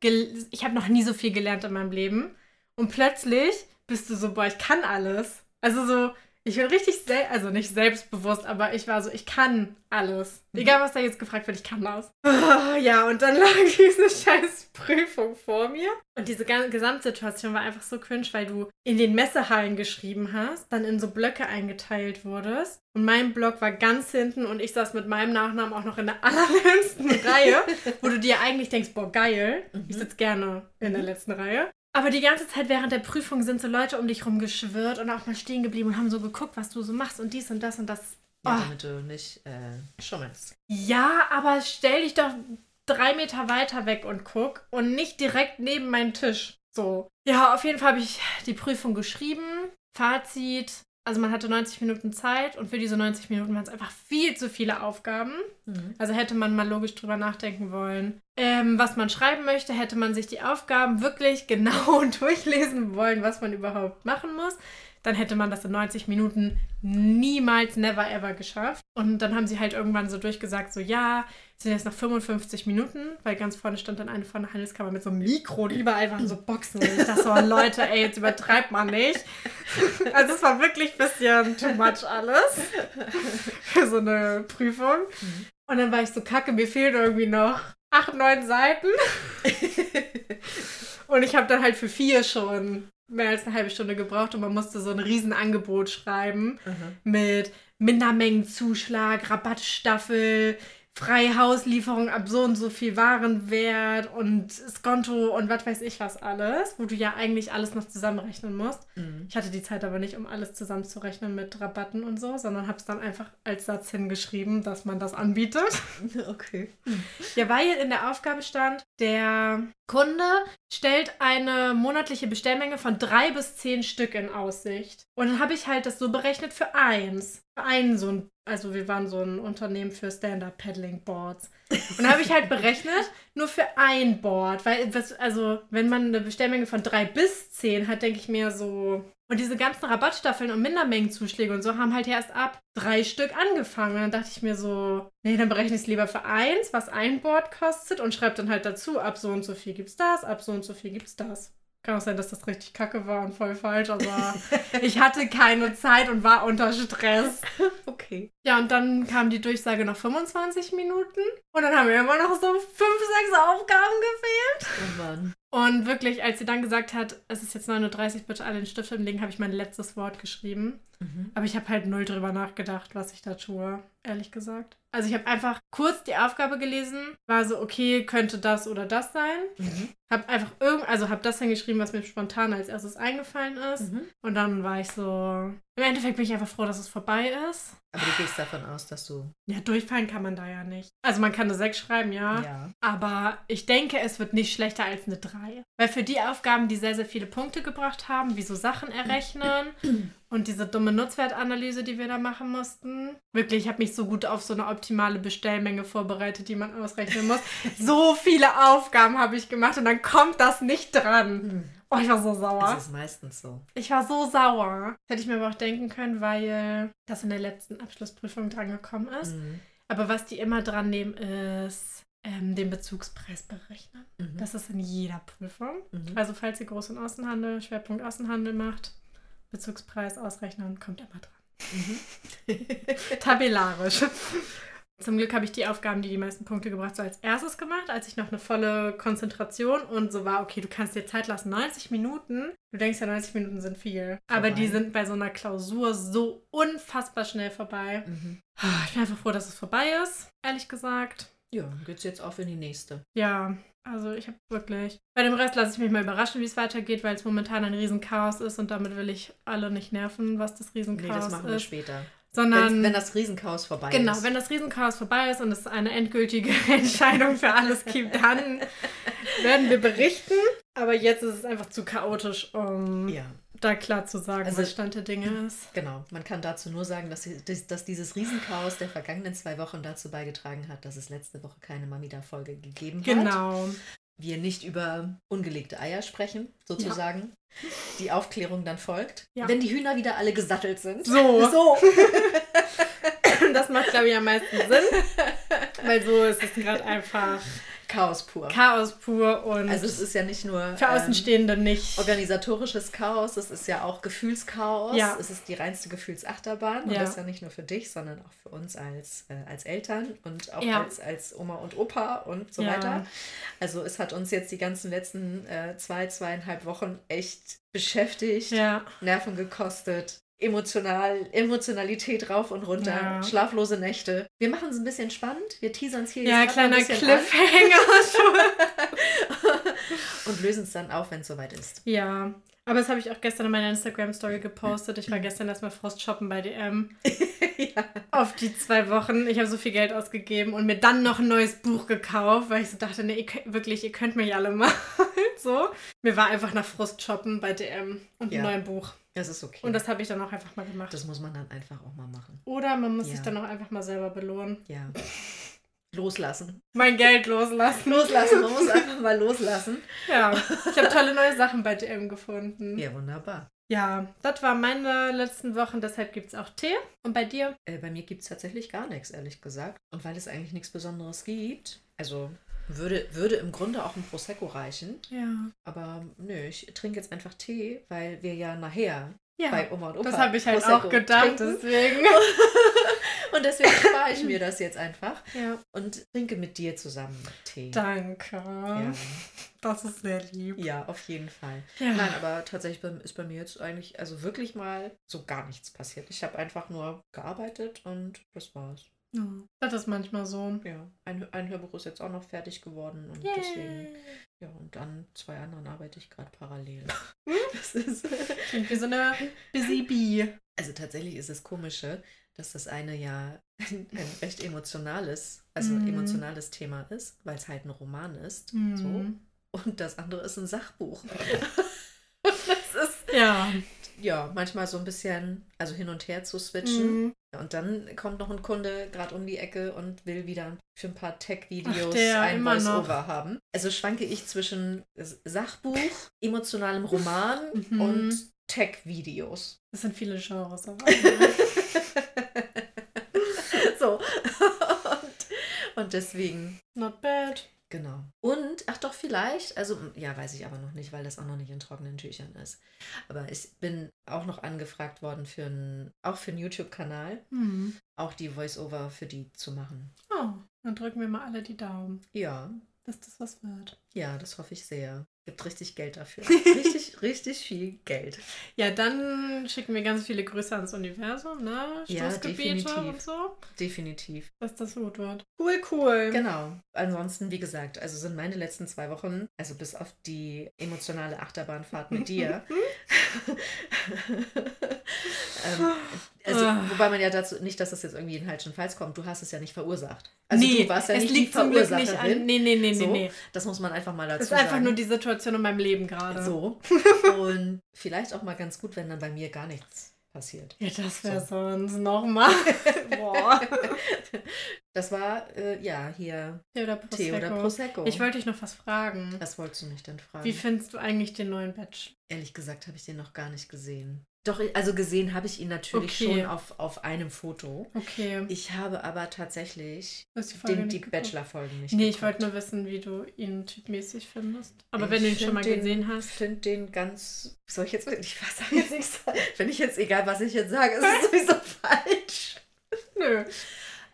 S3: gel- ich habe noch nie so viel gelernt in meinem Leben. Und plötzlich bist du so, boah, ich kann alles. Also so, ich bin richtig, sel also nicht selbstbewusst, aber ich war so, ich kann alles. Egal, was da jetzt gefragt wird, ich kann das. Ah, ja, und dann lag diese scheiß Prüfung vor mir. Und diese gan- Gesamtsituation war einfach so cringe, weil du in den Messehallen geschrieben hast, dann in so Blöcke eingeteilt wurdest. Und mein Block war ganz hinten und ich saß mit meinem Nachnamen auch noch in der allerletzten Reihe, wo du dir eigentlich denkst, boah, geil, ich
S2: Mhm.
S3: sitze gerne in der
S2: Mhm.
S3: letzten Reihe. Aber die ganze Zeit während der Prüfung sind so Leute um dich rumgeschwirrt und auch mal stehen geblieben und haben so geguckt, was du so machst und dies und das und das.
S2: Ja,
S3: Oh.
S2: damit du nicht äh, schummelst.
S3: Ja, aber stell dich doch drei Meter weiter weg und guck und nicht direkt neben meinen Tisch. So. Ja, auf jeden Fall habe ich die Prüfung geschrieben. Fazit. Also man hatte 90 Minuten Zeit und für diese 90 Minuten waren es einfach viel zu viele Aufgaben.
S2: Mhm.
S3: Also hätte man mal logisch drüber nachdenken wollen, ähm, was man schreiben möchte, hätte man sich die Aufgaben wirklich genau durchlesen wollen, was man überhaupt machen muss. dann hätte man das in 90 Minuten niemals, never, ever geschafft. Und dann haben sie halt irgendwann so durchgesagt, so ja, es sind jetzt noch 55 Minuten, weil ganz vorne stand dann eine von der Handelskammer mit so einem Mikro und überall waren so Boxen. Und ich dachte so, Leute, ey, jetzt übertreibt man nicht. Also es war wirklich ein bisschen too much alles für so eine Prüfung. Und dann war ich so, kacke, mir fehlen irgendwie noch acht, neun Seiten. Und ich habe dann halt für vier schon mehr als eine halbe Stunde gebraucht und man musste so ein Riesenangebot schreiben mit Mindermengenzuschlag, Rabattstaffel, Freihauslieferung ab so und so viel Warenwert und Skonto und was weiß ich was alles, wo du ja eigentlich alles noch zusammenrechnen musst.
S2: Mhm.
S3: Ich hatte die Zeit aber nicht, um alles zusammenzurechnen mit Rabatten und so, sondern habe es dann einfach als Satz hingeschrieben, dass man das anbietet.
S2: Okay.
S3: Ja, weil in der Aufgabe stand, der Kunde stellt eine monatliche Bestellmenge von drei bis zehn Stück in Aussicht. Und dann habe ich halt das so berechnet für eins. Für einen so ein, also wir waren so ein Unternehmen für Stand-Up-Paddling-Boards. Und dann habe ich halt berechnet, nur für ein Board. Weil, was, also, wenn man eine Bestellmenge von drei bis zehn hat, denke ich mir so. Und diese ganzen Rabattstaffeln und Mindermengenzuschläge und so haben halt erst ab drei Stück angefangen. Und dann dachte ich mir so, nee, dann berechne ich es lieber für eins, was ein Board kostet und schreibe dann halt dazu, ab so und so viel gibt's das, ab so und so viel gibt's das. Kann auch sein, dass das richtig kacke war und voll falsch, aber ich hatte keine Zeit und war unter Stress.
S2: Okay.
S3: Ja, und dann kam die Durchsage noch 25 Minuten und dann haben wir immer noch so fünf, sechs Aufgaben gefehlt.
S2: Oh Mann.
S3: Und wirklich, als sie dann gesagt hat, es ist jetzt 9.30 Uhr, bitte alle den Stift hinlegen, habe ich mein letztes Wort geschrieben.
S2: Mhm.
S3: Aber ich habe halt null drüber nachgedacht, was ich da tue, ehrlich gesagt. Also ich habe einfach kurz die Aufgabe gelesen, war so, okay, könnte das oder das sein.
S2: Mhm.
S3: Habe einfach irgend, also habe das hingeschrieben, was mir spontan als erstes eingefallen ist.
S2: Mhm.
S3: Und dann war ich so, im Endeffekt bin ich einfach froh, dass es vorbei ist.
S2: Aber du gehst davon aus, dass du.
S3: Ja, durchfallen kann man da ja nicht. Also man kann eine 6 schreiben, ja.
S2: Ja.
S3: Aber ich denke, es wird nicht schlechter als eine 3. Weil für die Aufgaben, die sehr, sehr viele Punkte gebracht haben, wie so Sachen errechnen und diese dumme Nutzwertanalyse, die wir da machen mussten. Wirklich, ich habe mich so gut auf so eine optimale Bestellmenge vorbereitet, die man ausrechnen muss. so viele Aufgaben habe ich gemacht und dann kommt das nicht dran. Oh, ich war so sauer.
S2: Das Hm. ist meistens so.
S3: Ich war so sauer. Das hätte ich mir aber auch denken können, weil das in der letzten Abschlussprüfung drangekommen ist.
S2: Mhm.
S3: Aber was die immer dran nehmen, ist ähm, den Bezugspreis berechnen.
S2: Mhm.
S3: Das ist in jeder Prüfung.
S2: Mhm.
S3: Also falls ihr Groß- und Außenhandel, Schwerpunkt Außenhandel macht, Bezugspreis ausrechnen, kommt immer dran.
S2: Mhm.
S3: Tabellarisch. Zum Glück habe ich die Aufgaben, die die meisten Punkte gebracht, so als erstes gemacht, als ich noch eine volle Konzentration und so war, okay, du kannst dir Zeit lassen, 90 Minuten. Du denkst ja, 90 Minuten sind viel. Aber die
S2: Vorbei.
S3: sind bei so einer Klausur so unfassbar schnell vorbei.
S2: Mhm.
S3: Ah, Ich bin einfach froh, dass es vorbei ist, ehrlich gesagt.
S2: Ja, dann geht's jetzt auf in die nächste.
S3: Ja, also ich habe wirklich. Bei dem Rest lasse ich mich mal überraschen, wie es weitergeht, weil es momentan ein Riesenchaos ist und damit will ich alle nicht nerven, was das
S2: Nee, das
S3: Riesenchaos
S2: machen wir
S3: ist.
S2: später.
S3: Sondern
S2: Wenn's- wenn das Riesenchaos vorbei
S3: genau,
S2: ist.
S3: wenn das Riesenchaos vorbei ist und es eine endgültige Entscheidung für alles gibt, dann werden wir berichten. Aber jetzt ist es einfach zu chaotisch, um
S2: Ja,
S3: da klar zu sagen,
S2: Also-
S3: was Stand der Dinge ist.
S2: genau. Man kann dazu nur sagen, dass, sie- dass, dass dieses Riesenchaos der vergangenen zwei Wochen dazu beigetragen hat, dass es letzte Woche keine Mamida-Folge gegeben hat.
S3: Genau.
S2: Wir nicht über ungelegte Eier sprechen, sozusagen. Die Aufklärung dann folgt.
S3: Ja.
S2: Wenn die Hühner wieder alle gesattelt sind.
S3: So.
S2: So.
S3: Das macht, glaube ich, am meisten Sinn. Weil so ist es gerade einfach
S2: Chaos pur.
S3: Chaos pur und
S2: also es ist ja nicht nur
S3: für Außenstehende nicht.
S2: ähm, organisatorisches Chaos, es ist ja auch Gefühlschaos.
S3: Ja.
S2: Es ist die reinste Gefühlsachterbahn. Und
S3: Ja.
S2: das ja nicht nur für dich, sondern auch für uns als, äh, als Eltern und auch
S3: Ja.
S2: als, als Oma und Opa und so
S3: Ja.
S2: weiter. Also es hat uns jetzt die ganzen letzten äh, zwei, zweieinhalb Wochen echt beschäftigt.
S3: Ja,
S2: Nerven gekostet, emotional, Emotionalität rauf und runter,
S3: Ja.
S2: schlaflose Nächte. Wir machen es ein bisschen spannend, wir teasern es hier
S3: ja
S2: jetzt gerade mal
S3: kleiner
S2: ein bisschen
S3: Cliffhanger schon.
S2: an und lösen es dann auf, wenn es soweit ist.
S3: Ja. Aber das habe ich auch gestern in meiner Instagram-Story gepostet. Ich
S2: Mhm.
S3: war gestern erstmal Frost shoppen bei DM. Auf die zwei Wochen. Ich habe so viel Geld ausgegeben und mir dann noch ein neues Buch gekauft, weil ich so dachte, nee, ihr könnt, wirklich, ihr könnt mich alle mal. so. Mir war einfach nach Frust shoppen bei DM und
S2: Ja.
S3: ein neues Buch.
S2: Das ist okay.
S3: Und das habe ich dann auch einfach mal gemacht.
S2: das muss man dann einfach auch mal machen.
S3: Oder man muss
S2: Ja.
S3: sich dann auch einfach mal selber belohnen.
S2: Ja. Loslassen.
S3: Mein Geld loslassen.
S2: Loslassen, man muss einfach mal loslassen.
S3: Ja, ich habe tolle neue Sachen bei DM gefunden.
S2: Ja, wunderbar.
S3: Ja, das war meine letzten Wochen, deshalb gibt es auch Tee. Und bei dir?
S2: Äh, bei mir gibt es tatsächlich gar nichts, ehrlich gesagt. Und weil es eigentlich nichts Besonderes gibt, also würde, würde im Grunde auch ein Prosecco reichen.
S3: Ja.
S2: Aber nö, ich trinke jetzt einfach Tee, weil wir ja nachher
S3: Ja,
S2: bei Oma und Opa
S3: das habe ich halt
S2: Prosecco
S3: auch gedacht,
S2: trinken.
S3: deswegen.
S2: Und deswegen spare ich mir das jetzt einfach
S3: ja.
S2: und trinke mit dir zusammen Tee.
S3: Danke.
S2: ja.
S3: Das ist sehr lieb.
S2: ja, auf jeden Fall.
S3: Ja.
S2: Nein, aber tatsächlich bei- ist bei mir jetzt eigentlich, also wirklich mal so gar nichts passiert. Ich habe einfach nur gearbeitet und das war's.
S3: Ja. Das ist manchmal so.
S2: Ja, ein, ein Hörbuch ist jetzt auch noch fertig geworden und deswegen, ja, und an zwei anderen arbeite ich gerade parallel. das ist,
S3: Klingt wie so eine Busy Bee.
S2: also tatsächlich ist es komische, dass das eine ja ein, ein recht emotionales, also
S3: Mhm.
S2: emotionales Thema ist, weil es halt ein Roman ist. So.
S3: Mhm.
S2: Und das andere ist ein Sachbuch. das ist
S3: Ja.
S2: ja manchmal so ein bisschen, also hin und her zu switchen.
S3: Mhm.
S2: Und dann kommt noch ein Kunde gerade um die Ecke und will wieder für ein paar
S3: Ach,
S2: Tech-Videos
S3: der,
S2: ein
S3: immer
S2: Voice-Over haben. Also schwanke ich zwischen S- Sachbuch, emotionalem Roman
S3: Mhm.
S2: und Tech-Videos.
S3: Das sind viele Genres. Aber
S2: so. und, und deswegen,
S3: not bad.
S2: genau. Und, ach doch, vielleicht, also, ja, weiß ich aber noch nicht, weil das auch noch nicht in trockenen Tüchern ist. Aber ich bin auch noch angefragt worden für einen, auch für einen YouTube-Kanal,
S3: Mhm.
S2: auch die Voice-Over für die zu machen.
S3: Oh, dann drücken wir mal alle die Daumen,
S2: Ja,
S3: dass das was wird.
S2: Ja, das hoffe ich sehr. Gibt richtig Geld dafür. Richtig, richtig viel Geld.
S3: Ja, dann schicken wir ganz viele Grüße ans Universum, ne?
S2: Ja,
S3: Stoßgebete
S2: definitiv.
S3: und so,
S2: Definitiv.
S3: dass das gut wird. Cool, cool.
S2: Genau. Ansonsten, wie gesagt, also sind meine letzten zwei Wochen, also bis auf die emotionale Achterbahnfahrt mit dir. ähm, also,
S3: Ah.
S2: wobei man ja dazu nicht, dass das jetzt irgendwie in Hals und Falls kommt. Du hast es ja nicht verursacht. Also
S3: nee,
S2: du warst ja
S3: es
S2: nicht
S3: liegt
S2: die
S3: zum Glück nicht
S2: Verursacherin.
S3: an. Nee, nee, nee, nee,
S2: So,
S3: nee.
S2: Das muss man einfach mal dazu
S3: Das ist einfach
S2: sagen.
S3: nur die Situation in meinem Leben gerade.
S2: so. Und vielleicht auch mal ganz gut, wenn dann bei mir gar nichts passiert.
S3: Ja, das wäre
S2: So.
S3: sonst nochmal. Boah.
S2: Das war, äh, ja, hier
S3: Tee oder Prosecco.
S2: Tee oder Prosecco.
S3: Ich wollte dich noch was fragen.
S2: Was wolltest du mich denn fragen?
S3: Wie findest du eigentlich den neuen Bachelor?
S2: Ehrlich gesagt habe ich den noch gar nicht gesehen. Doch, also gesehen habe ich ihn natürlich
S3: Okay.
S2: schon auf, auf einem Foto.
S3: Okay.
S2: Ich habe aber tatsächlich
S3: Du hast die Folge
S2: den,
S3: nicht
S2: die
S3: geguckt.
S2: Bachelor-Folgen nicht
S3: Nee, ich wollte nur wissen, wie du ihn typmäßig findest. Aber wenn du ihn schon mal gesehen
S2: Ich
S3: hast.
S2: finde den ganz. Soll ich jetzt. Ich weiß, sag jetzt nichts. Wenn ich jetzt, egal was ich jetzt sage, ist es sowieso falsch.
S3: Nö.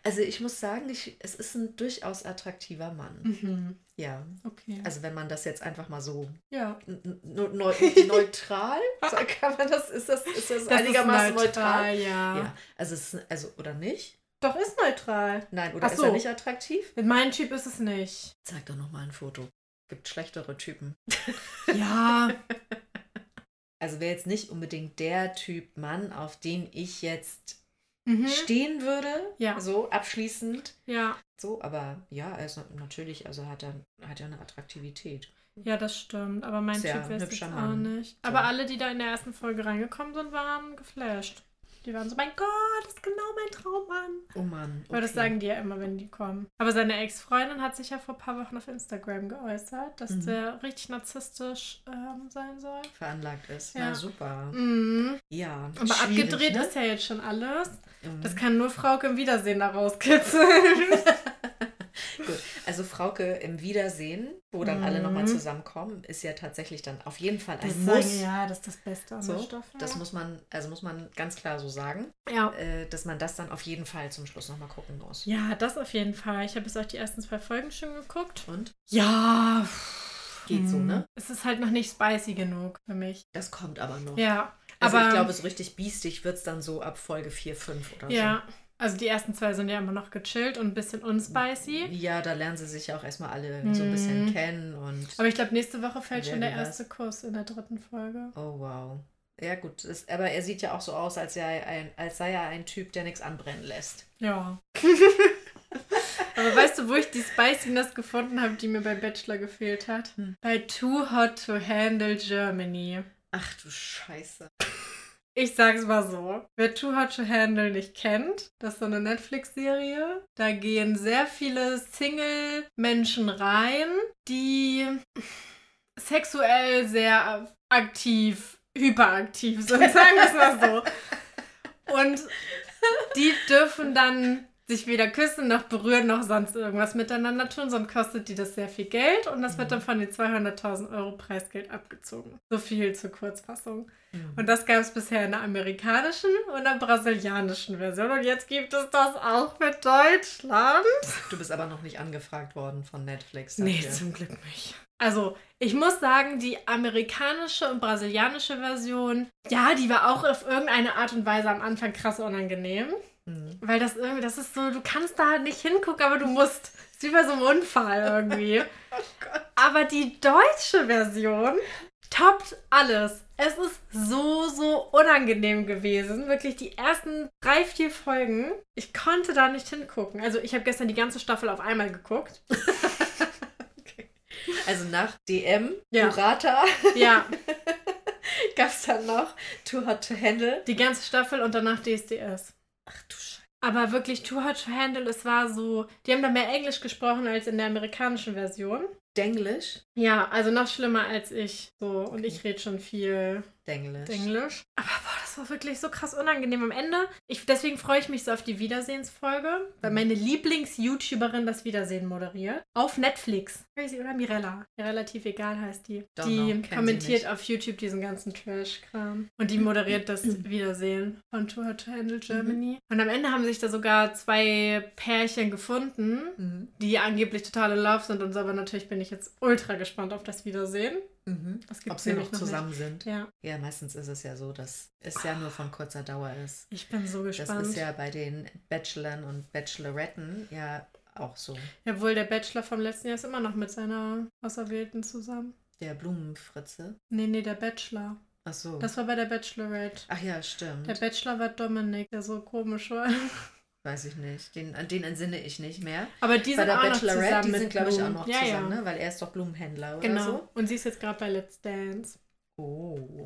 S2: Also ich muss sagen, ich, es ist ein durchaus attraktiver Mann.
S3: Mhm.
S2: Ja.
S3: Okay.
S2: Also wenn man das jetzt einfach mal so
S3: ja.
S2: n- n- neu, neutral, so kann man das, ist das, ist das,
S3: Das ist
S2: einigermaßen neutral?
S3: ja.
S2: Ja, also es ist, also oder nicht?
S3: Doch, ist neutral.
S2: Nein, oder
S3: Ach
S2: ist
S3: so.
S2: er nicht attraktiv?
S3: Mit meinem Typ ist es nicht.
S2: Zeig doch noch mal ein Foto. Gibt schlechtere Typen.
S3: Ja.
S2: Also wäre jetzt nicht unbedingt der Typ Mann, auf den ich jetzt
S3: mhm.
S2: stehen würde,
S3: Ja.
S2: so abschließend.
S3: Ja.
S2: So, aber ja, er ist na- natürlich, also hat er hat er eine Attraktivität.
S3: Ja, das stimmt. Aber mein
S2: Sehr
S3: Typ wäre es
S2: hübscher
S3: jetzt auch
S2: Mann.
S3: nicht.
S2: So.
S3: Aber alle, die da in der ersten Folge reingekommen sind, waren geflasht. Die waren so, mein Gott, das ist genau mein Traummann.
S2: Oh Mann.
S3: Weil das
S2: okay.
S3: sagen die ja immer, wenn die kommen. Aber seine Ex-Freundin hat sich ja vor ein paar Wochen auf Instagram geäußert, dass
S2: Mhm.
S3: der richtig narzisstisch ähm, sein soll.
S2: Veranlagt ist.
S3: Ja.
S2: Na super.
S3: Mhm.
S2: Ja.
S3: Aber
S2: schwierig,
S3: abgedreht
S2: ne?
S3: ist ja jetzt schon alles.
S2: Mhm.
S3: Das kann nur Frauke im Wiedersehen da rauskitzeln.
S2: Gut, also Frauke im Wiedersehen, wo dann alle nochmal
S3: Mhm.
S2: zusammenkommen, ist ja tatsächlich dann auf jeden Fall
S3: Das
S2: ein
S3: sagen
S2: Muss.
S3: ja, das ist das Beste an der
S2: So,
S3: Staffel.
S2: das muss man, also muss man ganz klar so sagen,
S3: ja.
S2: äh, dass man das dann auf jeden Fall zum Schluss nochmal gucken muss.
S3: ja, das auf jeden Fall. Ich habe jetzt auch die ersten zwei Folgen schon geguckt.
S2: Und
S3: Ja.
S2: Geht so, ne?
S3: Es ist halt noch nicht spicy genug für mich.
S2: das kommt aber noch.
S3: Ja.
S2: also
S3: aber
S2: ich glaube, so richtig biestig wird es dann so ab Folge 4, 5 oder
S3: Ja, also die ersten zwei sind ja immer noch gechillt und ein bisschen
S2: so.
S3: unspicy.
S2: Ja, da lernen sie sich ja auch erstmal alle so ein bisschen
S3: Mhm.
S2: kennen und
S3: Aber ich glaube, nächste Woche fällt
S2: Wer
S3: schon der
S2: will das?
S3: erste Kuss in der dritten Folge.
S2: oh wow. Ja gut, das, aber er sieht ja auch so aus, als sei er ein, als sei er ein Typ, der nichts anbrennen lässt.
S3: Ja. Aber weißt du, wo ich die Spiciness gefunden habe, die mir bei Bachelor gefehlt hat?
S2: Hm.
S3: Bei Too Hot to Handle Germany.
S2: Ach du Scheiße.
S3: Ich sag's mal so. Wer Too Hot to Handle nicht kennt, das ist so eine Netflix-Serie. Da gehen sehr viele Single-Menschen rein, die sexuell sehr aktiv hyperaktiv sind, sagen wir es mal so. Und die dürfen dann sich weder küssen noch berühren noch sonst irgendwas miteinander tun, sonst kostet die das sehr viel Geld und das wird dann von den 200.000 Euro Preisgeld abgezogen. So viel zur Kurzfassung. Und das gab es bisher in der amerikanischen und der brasilianischen Version und jetzt gibt es das auch für Deutschland.
S2: Du bist aber noch nicht angefragt worden von Netflix.
S3: Nee,
S2: dafür.
S3: zum Glück nicht. Also, ich muss sagen, die amerikanische und brasilianische Version, ja, die war auch auf irgendeine Art und Weise am Anfang krass unangenehm.
S2: Mhm.
S3: Weil das irgendwie, das ist so, du kannst da nicht hingucken, aber du musst. Ist wie bei so einem Unfall irgendwie. aber die deutsche Version toppt alles. Es ist so, so unangenehm gewesen. Wirklich die ersten drei, vier Folgen. Ich konnte da nicht hingucken. Also ich habe gestern die ganze Staffel auf einmal geguckt.
S2: Also nach DM,
S3: Ja.
S2: Durata,
S3: Ja,
S2: gab es dann noch Too Hot to Handle.
S3: die ganze Staffel und danach DSDS.
S2: Ach du Scheiße.
S3: Aber wirklich Too Hot to Handle, es war so, die haben da mehr Englisch gesprochen als in der amerikanischen Version.
S2: Denglisch.
S3: Ja, also noch schlimmer als ich. So, und ich rede schon viel
S2: Denglisch.
S3: Englisch. Aber boah, das war wirklich so krass unangenehm am Ende. Ich, deswegen freue ich mich so auf die Wiedersehensfolge, weil
S2: Mhm.
S3: meine Lieblings-YouTuberin das Wiedersehen moderiert. Auf Netflix. Crazy oder Mirella? Ja, relativ egal heißt die.
S2: Don't know,
S3: die
S2: kenn sie
S3: kommentiert
S2: nicht. Mhm.
S3: auf YouTube diesen ganzen Trash-Kram. Und die moderiert das Wiedersehen von Tour to Handle Germany. Und am Ende haben sich da sogar zwei Pärchen gefunden,
S2: Mhm.
S3: die angeblich total in Love sind und so. Aber natürlich bin ich jetzt ultra gespannt auf das Wiedersehen.
S2: Mhm.
S3: Das
S2: Ob
S3: gibt's
S2: sie
S3: nämlich
S2: noch
S3: nicht.
S2: zusammen sind.
S3: Ja,
S2: Ja, meistens ist es ja so, dass es ja nur von kurzer Dauer ist.
S3: ich bin so
S2: Das
S3: gespannt.
S2: ist ja bei den Bachelorn und Bacheloretten ja auch so.
S3: Jawohl, der Bachelor vom letzten Jahr ist immer noch mit seiner Auserwählten zusammen.
S2: Der Blumenfritze.
S3: Nee, nee, der Bachelor.
S2: Ach so.
S3: Das war bei der Bachelorette.
S2: Ach ja, stimmt.
S3: Der Bachelor war Dominik, der so komisch war.
S2: Weiß ich nicht. Den, an den entsinne ich nicht mehr.
S3: Aber die
S2: bei
S3: sind
S2: der
S3: auch noch
S2: Bachelorette,
S3: zusammen
S2: die
S3: mit
S2: sind, glaube ich, auch
S3: Blumen.
S2: noch
S3: ja,
S2: zusammen,
S3: ja.
S2: ne? Weil er ist doch Blumenhändler
S3: Genau.
S2: oder
S3: Und sie ist jetzt gerade bei Let's Dance.
S2: so. Oh.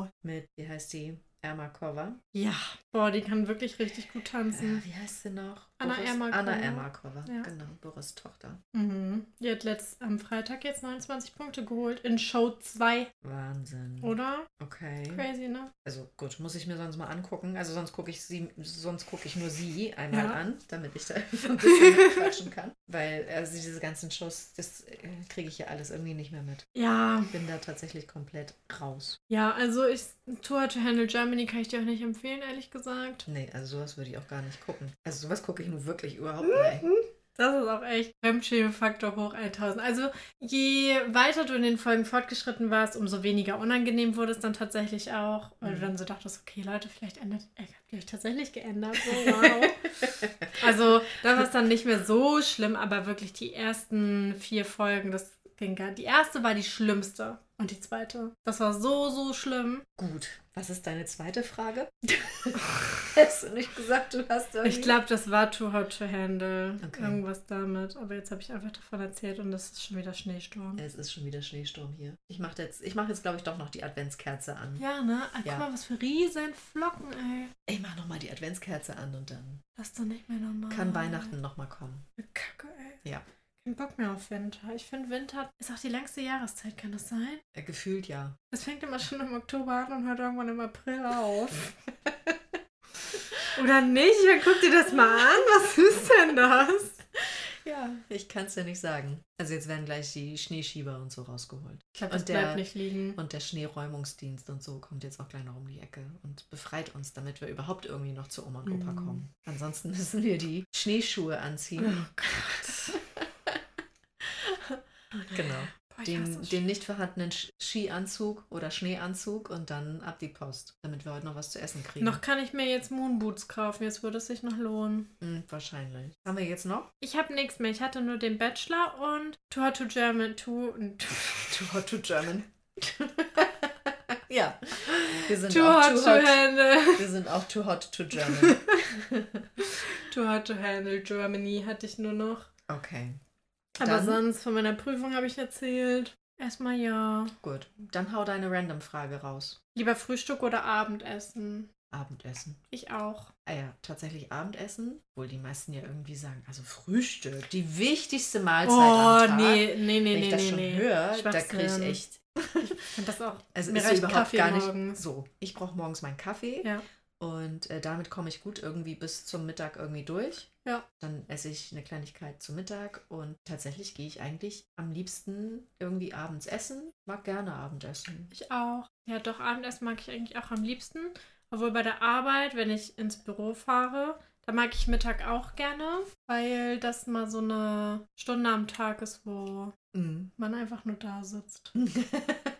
S3: Wow.
S2: Mit, wie heißt die? Erma Kova.
S3: Ja. Boah, die kann wirklich richtig gut
S2: Ah,
S3: tanzen.
S2: wie heißt sie noch?
S3: Anna
S2: Boris-
S3: Ermakova.
S2: Anna Ermakova,
S3: Ja.
S2: genau, Boris Tochter.
S3: Mhm. Die hat letzt, am Freitag jetzt 29 Punkte geholt in Show 2,
S2: Wahnsinn.
S3: oder?
S2: Okay.
S3: Crazy, ne?
S2: Also gut, muss ich mir sonst mal angucken. Also sonst gucke ich sie, sonst gucke ich nur sie einmal
S3: Ja.
S2: an, damit ich da ein bisschen quatschen kann. Weil also diese ganzen Shows, das äh, kriege ich ja alles irgendwie nicht mehr mit.
S3: Ja,
S2: Bin da tatsächlich komplett raus.
S3: Ja, also ich Tour to Handle Germany kann ich dir auch nicht empfehlen, ehrlich gesagt.
S2: Nee, also sowas würde ich auch gar nicht gucken. Also sowas gucke ich nun wirklich überhaupt nicht.
S3: Das ist auch echt Fremdschämen-Faktor hoch 1000. Also je weiter du in den Folgen fortgeschritten warst, umso weniger unangenehm wurde es dann tatsächlich auch, weil du
S2: Mhm.
S3: dann so dachtest, okay Leute, vielleicht ändert, äh, habt ihr euch tatsächlich geändert. So, wow. also da war es dann nicht mehr so schlimm, aber wirklich die ersten vier Folgen, das ging gar Die erste war die schlimmste und die zweite. Das war so, so schlimm.
S2: Gut, was ist deine zweite Frage? hast du nicht gesagt, du hast irgendwie...
S3: Ich glaube, das war Too Hot to Handle.
S2: Okay.
S3: Irgendwas damit. Aber jetzt habe ich einfach davon erzählt und das ist schon wieder Schneesturm.
S2: Es ist schon wieder Schneesturm hier. Ich mache jetzt, ich mach jetzt glaube ich, doch noch die Adventskerze an.
S3: Ja, ne? Ah,
S2: Ja.
S3: Guck mal, was für riesen Flocken, ey.
S2: Ich mache nochmal die Adventskerze an und dann
S3: Das ist doch nicht mehr normal.
S2: kann Weihnachten nochmal kommen.
S3: Kacke, ey.
S2: Ja.
S3: Kein Bock mehr auf Winter. Ich finde, Winter ist auch die längste Jahreszeit, kann das sein?
S2: Äh, gefühlt ja.
S3: Es fängt immer schon im Oktober an und hört irgendwann im April auf. Oder nicht? Dann guck dir das mal an. Was ist denn das?
S2: Ja. Ich kann es dir nicht sagen. Also jetzt werden gleich die Schneeschieber und so rausgeholt.
S3: Ich glaube, das
S2: Und der-
S3: bleibt nicht liegen.
S2: Und der Schneeräumungsdienst und so kommt jetzt auch gleich noch um die Ecke und befreit uns, damit wir überhaupt irgendwie noch zu Oma und Opa
S3: Mhm.
S2: kommen. Ansonsten müssen wir die Schneeschuhe anziehen.
S3: Oh Gott.
S2: Genau.
S3: Boah, ich hasse
S2: Den,
S3: es
S2: den nicht vorhandenen Sch- Skianzug oder Schneeanzug und dann ab die Post, damit wir heute noch was zu essen kriegen.
S3: Noch kann ich mir jetzt Moonboots kaufen, jetzt würde es sich noch lohnen.
S2: Hm, wahrscheinlich. Haben wir jetzt noch?
S3: Ich habe nichts mehr, ich hatte nur den Bachelor und Tour to German, to,
S2: Too hot to German. ja. Wir sind
S3: too
S2: auch
S3: hot to handle,
S2: Wir sind auch too hot to German.
S3: too hot to handle Germany hatte ich nur noch.
S2: Okay,
S3: Aber
S2: Dann-
S3: sonst von meiner Prüfung habe ich erzählt. Erstmal ja.
S2: gut. Dann hau deine Random-Frage raus.
S3: Lieber Frühstück oder Abendessen?
S2: Abendessen.
S3: Ich auch.
S2: Ah ja, tatsächlich Abendessen, obwohl die meisten ja irgendwie sagen, also Frühstück, die wichtigste Mahlzeit halt am Tag.
S3: oh, nee, nee, nee,
S2: Wenn ich
S3: nee,
S2: das
S3: nee,
S2: schon
S3: nee.
S2: höre, da kriege ich
S3: Schwachsinn.
S2: echt
S3: Ich finde das auch.
S2: Also
S3: Mir
S2: ist so
S3: reicht
S2: überhaupt
S3: Kaffee
S2: gar nicht
S3: morgens.
S2: so. Ich brauche morgens meinen Kaffee
S3: Oh. Ja.
S2: und äh, damit komme ich gut irgendwie bis zum Mittag irgendwie durch.
S3: Ja.
S2: Dann esse ich eine Kleinigkeit zu Mittag und tatsächlich gehe ich eigentlich am liebsten irgendwie abends essen. Mag gerne Abendessen.
S3: Ich auch. Ja, doch, Abendessen mag ich eigentlich auch am liebsten. Obwohl bei der Arbeit, wenn ich ins Büro fahre, da mag ich Mittag auch gerne, weil das mal so eine Stunde am Tag ist, wo
S2: Mhm.
S3: man einfach nur da sitzt.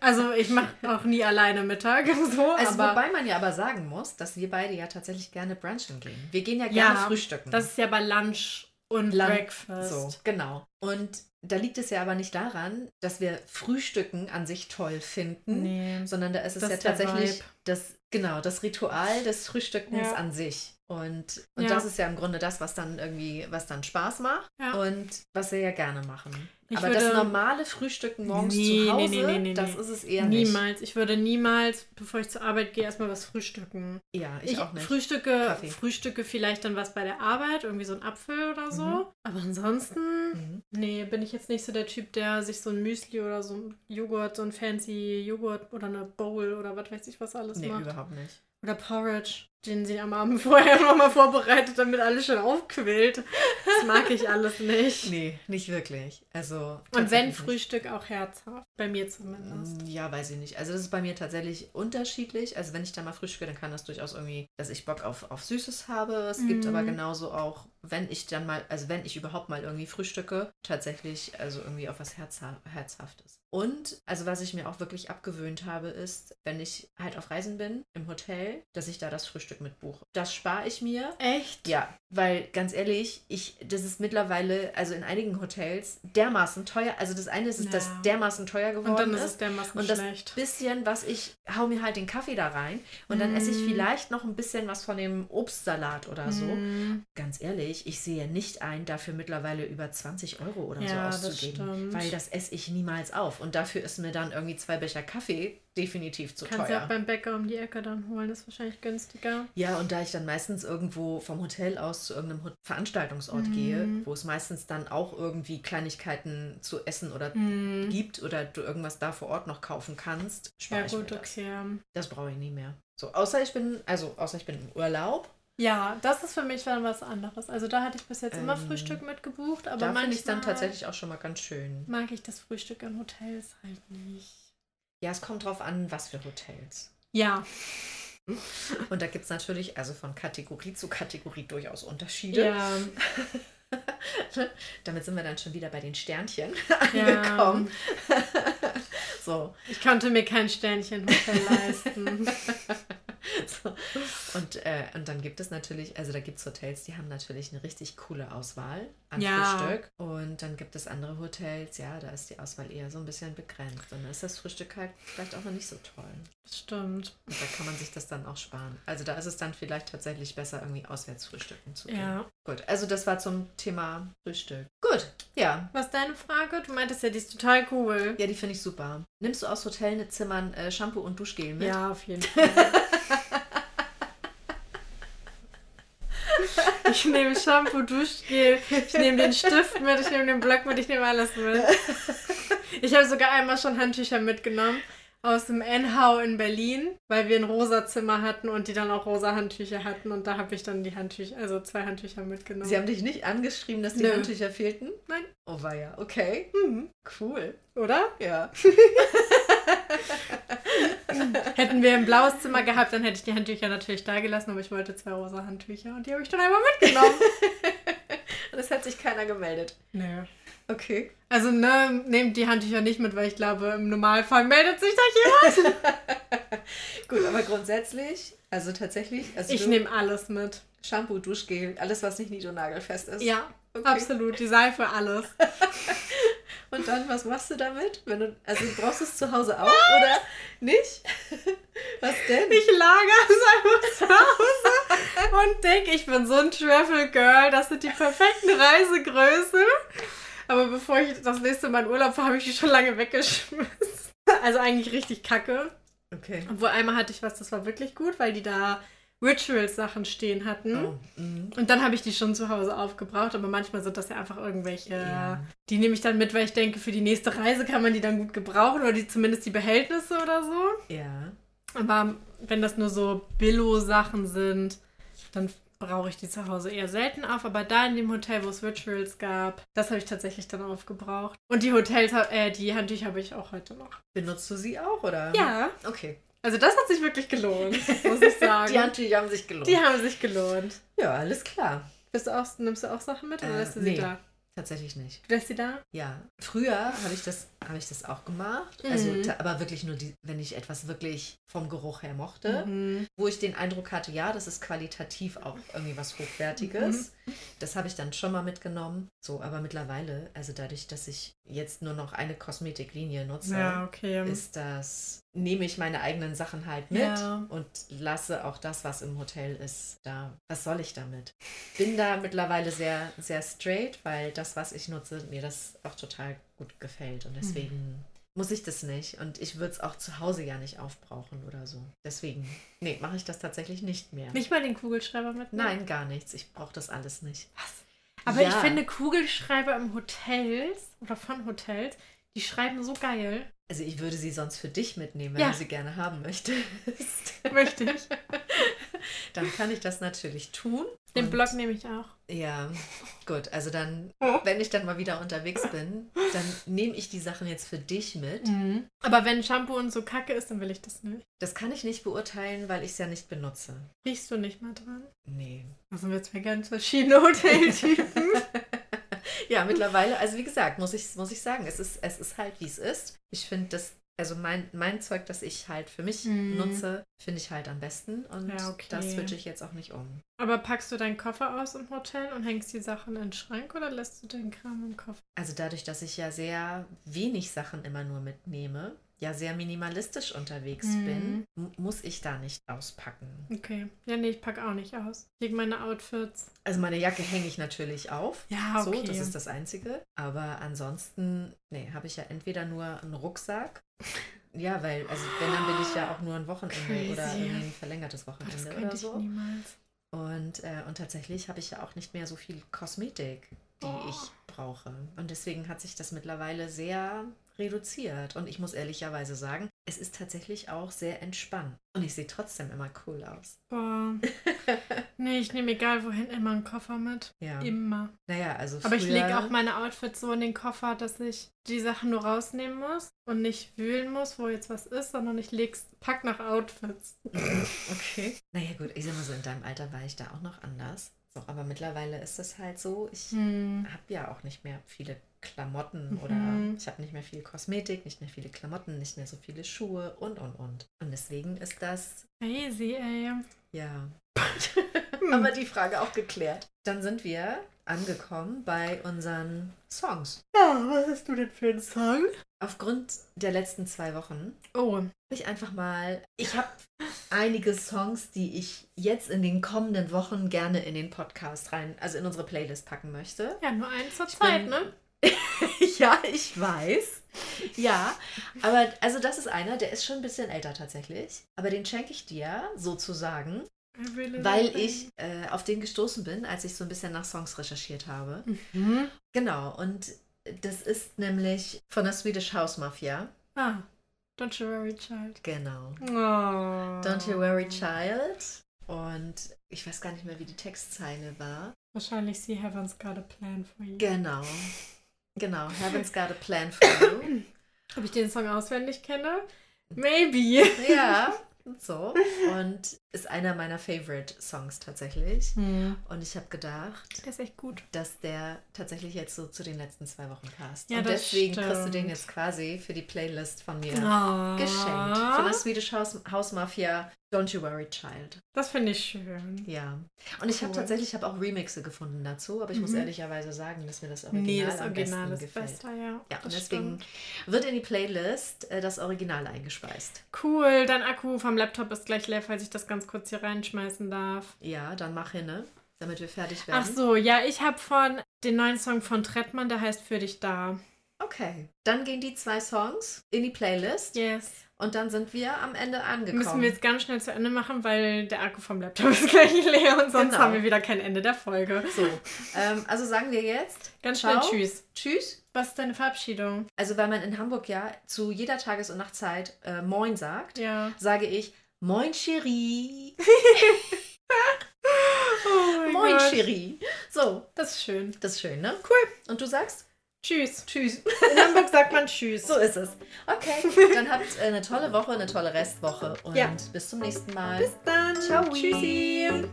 S3: Also ich mache auch nie alleine Mittag, so,
S2: Also
S3: aber
S2: wobei man ja aber sagen muss, dass wir beide ja tatsächlich gerne brunchen gehen. Wir gehen ja
S3: Ja,
S2: gerne frühstücken.
S3: das ist ja bei Lunch und
S2: Lun-
S3: Breakfast.
S2: so, genau. Und da liegt es ja aber nicht daran, dass wir Frühstücken an sich toll finden,
S3: Nee.
S2: sondern da ist es
S3: Das
S2: ja
S3: ist der
S2: tatsächlich
S3: Vibe.
S2: das genau das Ritual des Frühstückens
S3: Ja.
S2: an sich und, und
S3: Ja.
S2: das ist ja im Grunde das was dann irgendwie was dann Spaß macht
S3: Ja.
S2: und was wir ja gerne machen
S3: Ich
S2: aber das
S3: würde-
S2: normale Frühstücken morgens
S3: Nee, nee,
S2: zu Hause
S3: nee, nee, nee,
S2: das
S3: nee.
S2: ist es eher nicht
S3: Niemals. Ich würde niemals, bevor ich zur Arbeit gehe, erstmal was frühstücken.
S2: ja ich, auch nicht
S3: Frühstücke,
S2: Kaffee.
S3: frühstücke vielleicht dann was bei der Arbeit, irgendwie so ein Apfel oder so.
S2: Mhm.
S3: Aber ansonsten,
S2: Mhm.
S3: nee, bin ich jetzt nicht so der Typ, der sich so ein Müsli oder so ein Joghurt, so ein fancy Joghurt oder eine Bowl oder was weiß ich was alles
S2: nee
S3: macht.
S2: überhaupt nicht
S3: Oder Porridge, den sie am Abend vorher nochmal vorbereitet, damit alles schön aufquillt. Das mag ich alles nicht.
S2: nee nicht wirklich also
S3: Und wenn
S2: tatsächlich nicht.
S3: Frühstück auch herzhaft, bei mir zumindest.
S2: ja, weiß ich nicht. Also das ist bei mir tatsächlich unterschiedlich. Also wenn ich da mal frühstücke, dann kann das durchaus irgendwie, dass ich Bock auf, auf Süßes habe. Es gibt
S3: Mhm.
S2: aber genauso auch, wenn ich dann mal, also wenn ich überhaupt mal irgendwie frühstücke, tatsächlich also irgendwie auf was Herzha Herzhaftes. Und also was ich mir auch wirklich abgewöhnt habe, ist, wenn ich halt auf Reisen bin, im Hotel, dass ich da das Frühstück mitbuche. Das spare ich mir,
S3: Echt?
S2: ja, weil ganz ehrlich, ich, das ist mittlerweile, also in einigen Hotels, dermaßen teuer. Also das eine ist,
S3: Ja.
S2: dass dermaßen teuer geworden
S3: Und dann ist
S2: ist.
S3: es dermaßen
S2: Und das
S3: schlecht.
S2: bisschen, was ich, hau mir halt den Kaffee da rein und dann esse ich
S3: Mm.
S2: vielleicht noch ein bisschen was von dem Obstsalat oder so.
S3: Mm.
S2: Ganz ehrlich, ich sehe nicht ein, dafür mittlerweile über 20 Euro oder
S3: Ja, das
S2: so auszugeben.
S3: stimmt.
S2: Weil das esse ich niemals auf. Und dafür ist mir dann irgendwie zwei Becher Kaffee definitiv zu
S3: Kannst ja auch
S2: teuer.
S3: beim Bäcker um die Ecke dann holen, ist wahrscheinlich günstiger.
S2: Ja, und da ich dann meistens irgendwo vom Hotel aus zu irgendeinem Ho- Veranstaltungsort
S3: Mhm.
S2: gehe, wo es meistens dann auch irgendwie Kleinigkeiten zu essen oder
S3: Mhm.
S2: gibt oder du irgendwas da vor Ort noch kaufen kannst, spare
S3: Ja,
S2: ich mir
S3: gut,
S2: das.
S3: okay.
S2: Das brauche ich nie mehr. So, außer ich bin, also außer ich bin im Urlaub.
S3: Ja, das ist für mich dann was anderes. Also da hatte ich bis jetzt immer
S2: Ähm,
S3: Frühstück mitgebucht, aber
S2: da
S3: manchmal
S2: finde ich dann tatsächlich auch schon mal ganz schön.
S3: mag ich das Frühstück in Hotels halt nicht.
S2: Ja, es kommt drauf an, was für Hotels.
S3: Ja,
S2: Und da gibt es natürlich also von Kategorie zu Kategorie durchaus Unterschiede.
S3: ja,
S2: Damit sind wir dann schon wieder bei den Sternchen
S3: ja.
S2: angekommen. So.
S3: Ich konnte mir kein Sternchen-Hotel leisten.
S2: so. Und, äh, und dann gibt es natürlich, also da gibt es Hotels, die haben natürlich eine richtig coole Auswahl an
S3: Ja.
S2: Frühstück. Und dann gibt es andere Hotels, ja, da ist die Auswahl eher so ein bisschen begrenzt. Und da ist das Frühstück halt vielleicht auch noch nicht so toll.
S3: Das stimmt.
S2: Und da kann man sich das dann auch sparen. Also da ist es dann vielleicht tatsächlich besser, irgendwie auswärts frühstücken zu gehen.
S3: Ja.
S2: Gut, also das war zum Thema Frühstück. Gut, ja.
S3: Was ist deine Frage? Du meintest ja, die ist total cool.
S2: Ja, die finde ich super. Nimmst du aus Hotelzimmern äh, Shampoo und Duschgel mit?
S3: Ja, auf jeden Fall. Ich nehme Shampoo, Duschgel, ich nehme den Stift mit, ich nehme den Block mit, ich nehme alles mit. Ich habe sogar einmal schon Handtücher mitgenommen aus dem NH in Berlin, weil wir ein rosa Zimmer hatten und die dann auch rosa Handtücher hatten und da habe ich dann die Handtücher, also zwei Handtücher mitgenommen.
S2: Sie haben dich nicht angeschrieben, dass die
S3: Nö.
S2: Handtücher fehlten?
S3: Nein.
S2: Oh, war ja. Okay.
S3: Mhm.
S2: Cool.
S3: Oder?
S2: Ja.
S3: Hätten wir ein blaues Zimmer gehabt, dann hätte ich die Handtücher natürlich da gelassen, aber ich wollte zwei rosa Handtücher und die habe ich dann einmal mitgenommen.
S2: Und es hat sich keiner gemeldet.
S3: Nö.
S2: Okay.
S3: Also, ne, nehmt die Handtücher nicht mit, weil ich glaube, im Normalfall meldet sich da jemand.
S2: Gut, aber grundsätzlich, also tatsächlich, also
S3: Ich
S2: du-
S3: nehme alles mit.
S2: Shampoo, Duschgel, alles, was nicht nied- und nagelfest ist.
S3: Ja,
S2: Okay.
S3: absolut. Die Seife, alles.
S2: Und dann, was machst du damit? Wenn du, also du brauchst es zu Hause auch, oder nicht? Was denn?
S3: Ah! Ich lagere es einfach zu Hause und denke, ich bin so ein Travel Girl. Das sind die perfekten Reisegrößen. Aber bevor ich das nächste Mal in Urlaub fahre, habe ich die schon lange weggeschmissen. Also eigentlich richtig kacke.
S2: Okay.
S3: Obwohl einmal hatte ich was, das war wirklich gut, weil die da Rituals-Sachen stehen hatten.
S1: Oh,
S2: mm,
S1: mhm.
S3: Und dann habe ich die schon zu Hause aufgebraucht, aber manchmal sind das ja einfach irgendwelche,
S1: Ja.
S3: die nehme ich dann mit, weil ich denke, für die nächste Reise kann man die dann gut gebrauchen oder die zumindest die Behältnisse oder so.
S1: Ja.
S3: Aber wenn das nur so Billo-Sachen sind, dann brauche ich die zu Hause eher selten auf. Aber da in dem Hotel, wo es Rituals gab, das habe ich tatsächlich dann aufgebraucht. Und die Hotels, äh, die Handtücher habe ich auch heute noch.
S1: Benutzt du sie auch, oder?
S3: Ja,
S1: Okay.
S3: also das hat sich wirklich gelohnt, muss ich sagen.
S1: Die Handtücher haben sich gelohnt.
S3: die haben sich gelohnt.
S1: Ja, alles klar.
S3: Bist du auch, nimmst du auch Sachen mit oder
S1: Äh,
S3: lässt du sie
S1: nee.
S3: da?
S1: Tatsächlich nicht.
S3: Du lässt sie da?
S1: Ja, früher habe ich, das- habe ich das auch gemacht. Also,
S3: Mhm.
S1: ta- aber wirklich nur, die, wenn ich etwas wirklich vom Geruch her mochte,
S3: Mhm.
S1: wo ich den Eindruck hatte, ja, das ist qualitativ auch irgendwie was Hochwertiges.
S3: Mhm.
S1: Das habe ich dann schon mal mitgenommen. So, aber mittlerweile, also dadurch, dass ich jetzt nur noch eine Kosmetiklinie nutze,
S3: Ja, okay.
S1: ist das, nehme ich meine eigenen Sachen halt mit
S3: Ja.
S1: und lasse auch das, was im Hotel ist, da. Was soll ich damit? Bin da mittlerweile sehr, sehr straight, weil das, was ich nutze, mir das auch total gut gefällt und deswegen
S3: Mhm.
S1: muss ich das nicht und ich würde es auch zu Hause ja nicht aufbrauchen oder so. Deswegen, nee, mache ich das tatsächlich nicht mehr.
S3: Nicht mal den Kugelschreiber mit?
S1: Nein, gar nichts. Ich brauche das alles nicht.
S3: Was? Aber ich
S1: Ja.
S3: finde Kugelschreiber im Hotels oder von Hotels, die schreiben so geil.
S1: Also ich würde sie sonst für dich mitnehmen, wenn
S3: Ja.
S1: du sie gerne haben möchtest.
S3: Möchte ich.
S1: Dann kann ich das natürlich tun.
S3: Den
S1: Und-
S3: Blog nehme ich auch.
S1: Ja, gut. Also dann, wenn ich dann mal wieder unterwegs bin, dann nehme ich die Sachen jetzt für dich
S3: Mhm.
S1: mit.
S3: Aber wenn Shampoo und so kacke ist, dann will ich das nicht.
S1: Das kann ich nicht beurteilen, weil ich es ja nicht benutze.
S3: Riechst du nicht mal dran?
S1: Nee.
S3: Das sind jetzt mal ganz verschiedene Hoteltypen.
S1: Ja, mittlerweile, also wie gesagt, muss ich, muss ich sagen, es ist, es ist halt, wie es ist. Ich finde das, also mein, mein Zeug, das ich halt für mich
S3: Mhm.
S1: nutze, finde ich halt am besten. Und
S3: Ja, okay.
S1: das switche ich jetzt auch nicht um.
S3: Aber packst du deinen Koffer aus im Hotel und hängst die Sachen in den Schrank oder lässt du den Kram im Koffer?
S1: Also dadurch, dass ich ja sehr wenig Sachen immer nur mitnehme, ja sehr minimalistisch unterwegs
S3: Mhm.
S1: bin, mu- muss ich da nicht auspacken.
S3: Okay. Ja, nee, ich packe auch nicht aus. Gegen meine Outfits. Ah,
S1: Also meine Jacke hänge ich natürlich auf.
S3: Ja,
S1: So, das ist das Einzige. Aber ansonsten, nee, habe ich ja entweder nur einen Rucksack. Ja, weil, also wenn, dann bin ich ja auch nur ein Wochenende oder
S3: Crazy.
S1: irgendwie ein verlängertes
S3: Boah, das
S1: Wochenende
S3: könnte
S1: oder
S3: ich
S1: so.
S3: niemals.
S1: Und, äh, und tatsächlich habe ich ja auch nicht mehr so viel Kosmetik, die
S3: Oh.
S1: ich brauche. Und deswegen hat sich das mittlerweile sehr reduziert. Und ich muss ehrlicherweise sagen, es ist tatsächlich auch sehr entspannt. Und ich sehe trotzdem immer cool aus.
S3: Boah. nee, ich nehme egal wohin immer einen Koffer mit.
S1: Ja.
S3: Immer.
S1: Naja, also
S3: Aber ich lege
S1: früher-
S3: auch meine Outfits so in den Koffer, dass ich die Sachen nur rausnehmen muss und nicht wühlen muss, wo jetzt was ist, sondern ich leg's, pack nach Outfits.
S1: Okay. Naja, gut, ich sag mal so, in deinem Alter war ich da auch noch anders. So, aber mittlerweile ist es halt so, ich
S3: Hm.
S1: habe ja auch nicht mehr viele Klamotten oder
S3: Mhm.
S1: ich habe nicht mehr viel Kosmetik, nicht mehr viele Klamotten, nicht mehr so viele Schuhe und und und. Und deswegen ist das,
S3: Crazy, ey.
S1: ja,
S3: Hm.
S1: aber die Frage auch geklärt. Dann sind wir angekommen bei unseren Songs.
S3: ja, was hast du denn für einen Song?
S1: Aufgrund der letzten zwei Wochen
S3: Oh,
S1: ich einfach mal. Ich habe einige Songs, die ich jetzt in den kommenden Wochen gerne in den Podcast rein, also in unsere Playlist packen möchte.
S3: ja, nur eins zur
S1: bin-
S3: Zeit, ne?
S1: ja, ich weiß. Ja, aber also das ist einer, der ist schon ein bisschen älter tatsächlich. Aber den schenke ich dir sozusagen,
S3: I really
S1: weil
S3: love
S1: ich äh, auf den gestoßen bin, als ich so ein bisschen nach Songs recherchiert habe.
S3: it. Mhm.
S1: Genau, und das ist nämlich von der Swedish House Mafia.
S3: Ah, Don't You Worry Child.
S1: Genau.
S3: Oh.
S1: Don't You Worry Child. Und ich weiß gar nicht mehr, wie die Textzeile war.
S3: Wahrscheinlich Sie Heaven's Got a Plan for You.
S1: Genau. Genau. Heaven's got a plan for you.
S3: Ob ich den Song auswendig kenne? Maybe.
S1: Ja. So. Und ist einer meiner Favorite Songs tatsächlich. Und ich habe gedacht,
S3: Der ist echt gut.
S1: dass der tatsächlich jetzt so zu den letzten zwei Wochen passt.
S3: Ja,
S1: Und
S3: das
S1: deswegen kriegst du
S3: stimmt. Ah.
S1: den jetzt quasi für die Playlist von mir
S3: Ja.
S1: geschenkt. Von der Swedish House, House Mafia, Don't You Worry Child.
S3: Das finde ich schön.
S1: Ja. Und ich habe
S3: Cool.
S1: tatsächlich ich hab auch Remixe gefunden dazu, aber ich muss
S3: Mhm.
S1: ehrlicherweise sagen, dass mir das Original, am besten gefällt.
S3: besser, ja.
S1: Ja, und
S3: Das
S1: deswegen
S3: stimmt.
S1: wird in die Playlist äh, das Original eingespeist.
S3: Cool, dein Akku vom Laptop ist gleich leer, falls ich das ganz kurz hier reinschmeißen darf.
S1: Ja, dann mach hin, ne? damit wir fertig werden.
S3: Ach so, ja, ich habe von den neuen Song von Trettmann, der heißt Für dich da.
S1: Okay. Dann gehen die zwei Songs in die Playlist.
S3: Yes.
S2: Und dann sind wir am Ende angekommen.
S3: Müssen wir jetzt ganz schnell zu Ende machen, weil der Akku vom Laptop ist gleich leer und sonst
S2: Genau.
S3: haben wir wieder kein Ende der Folge.
S2: so. ähm, also sagen wir jetzt
S3: Ganz schnell
S2: Ciao.
S3: Tschüss.
S2: Tschüss.
S3: Was ist deine Verabschiedung?
S2: Also weil man in Hamburg ja zu jeder Tages- und Nachtzeit äh, Moin sagt,
S3: Ja.
S2: sage ich Moin Cherie.
S3: Oh mein
S2: Moin
S3: Gott.
S2: Cherie. So,
S3: Das ist schön.
S2: das ist schön, ne?
S3: Cool.
S2: Und du sagst?
S3: Tschüss.
S2: Tschüss.
S3: In Hamburg sagt man Tschüss.
S2: So ist es. Okay, dann habt äh, eine tolle Woche, eine tolle Restwoche und
S3: Ja.
S2: bis zum nächsten Mal.
S3: Bis dann.
S2: Ciao.
S3: Tschüssi.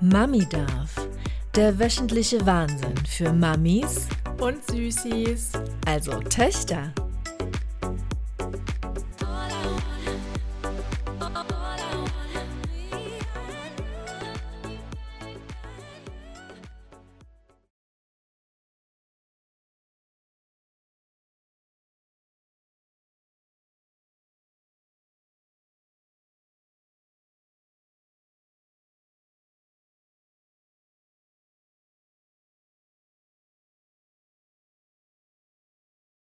S1: Mami darf. Der wöchentliche Wahnsinn für Mamis,
S3: Und Süßis.
S1: also Töchter.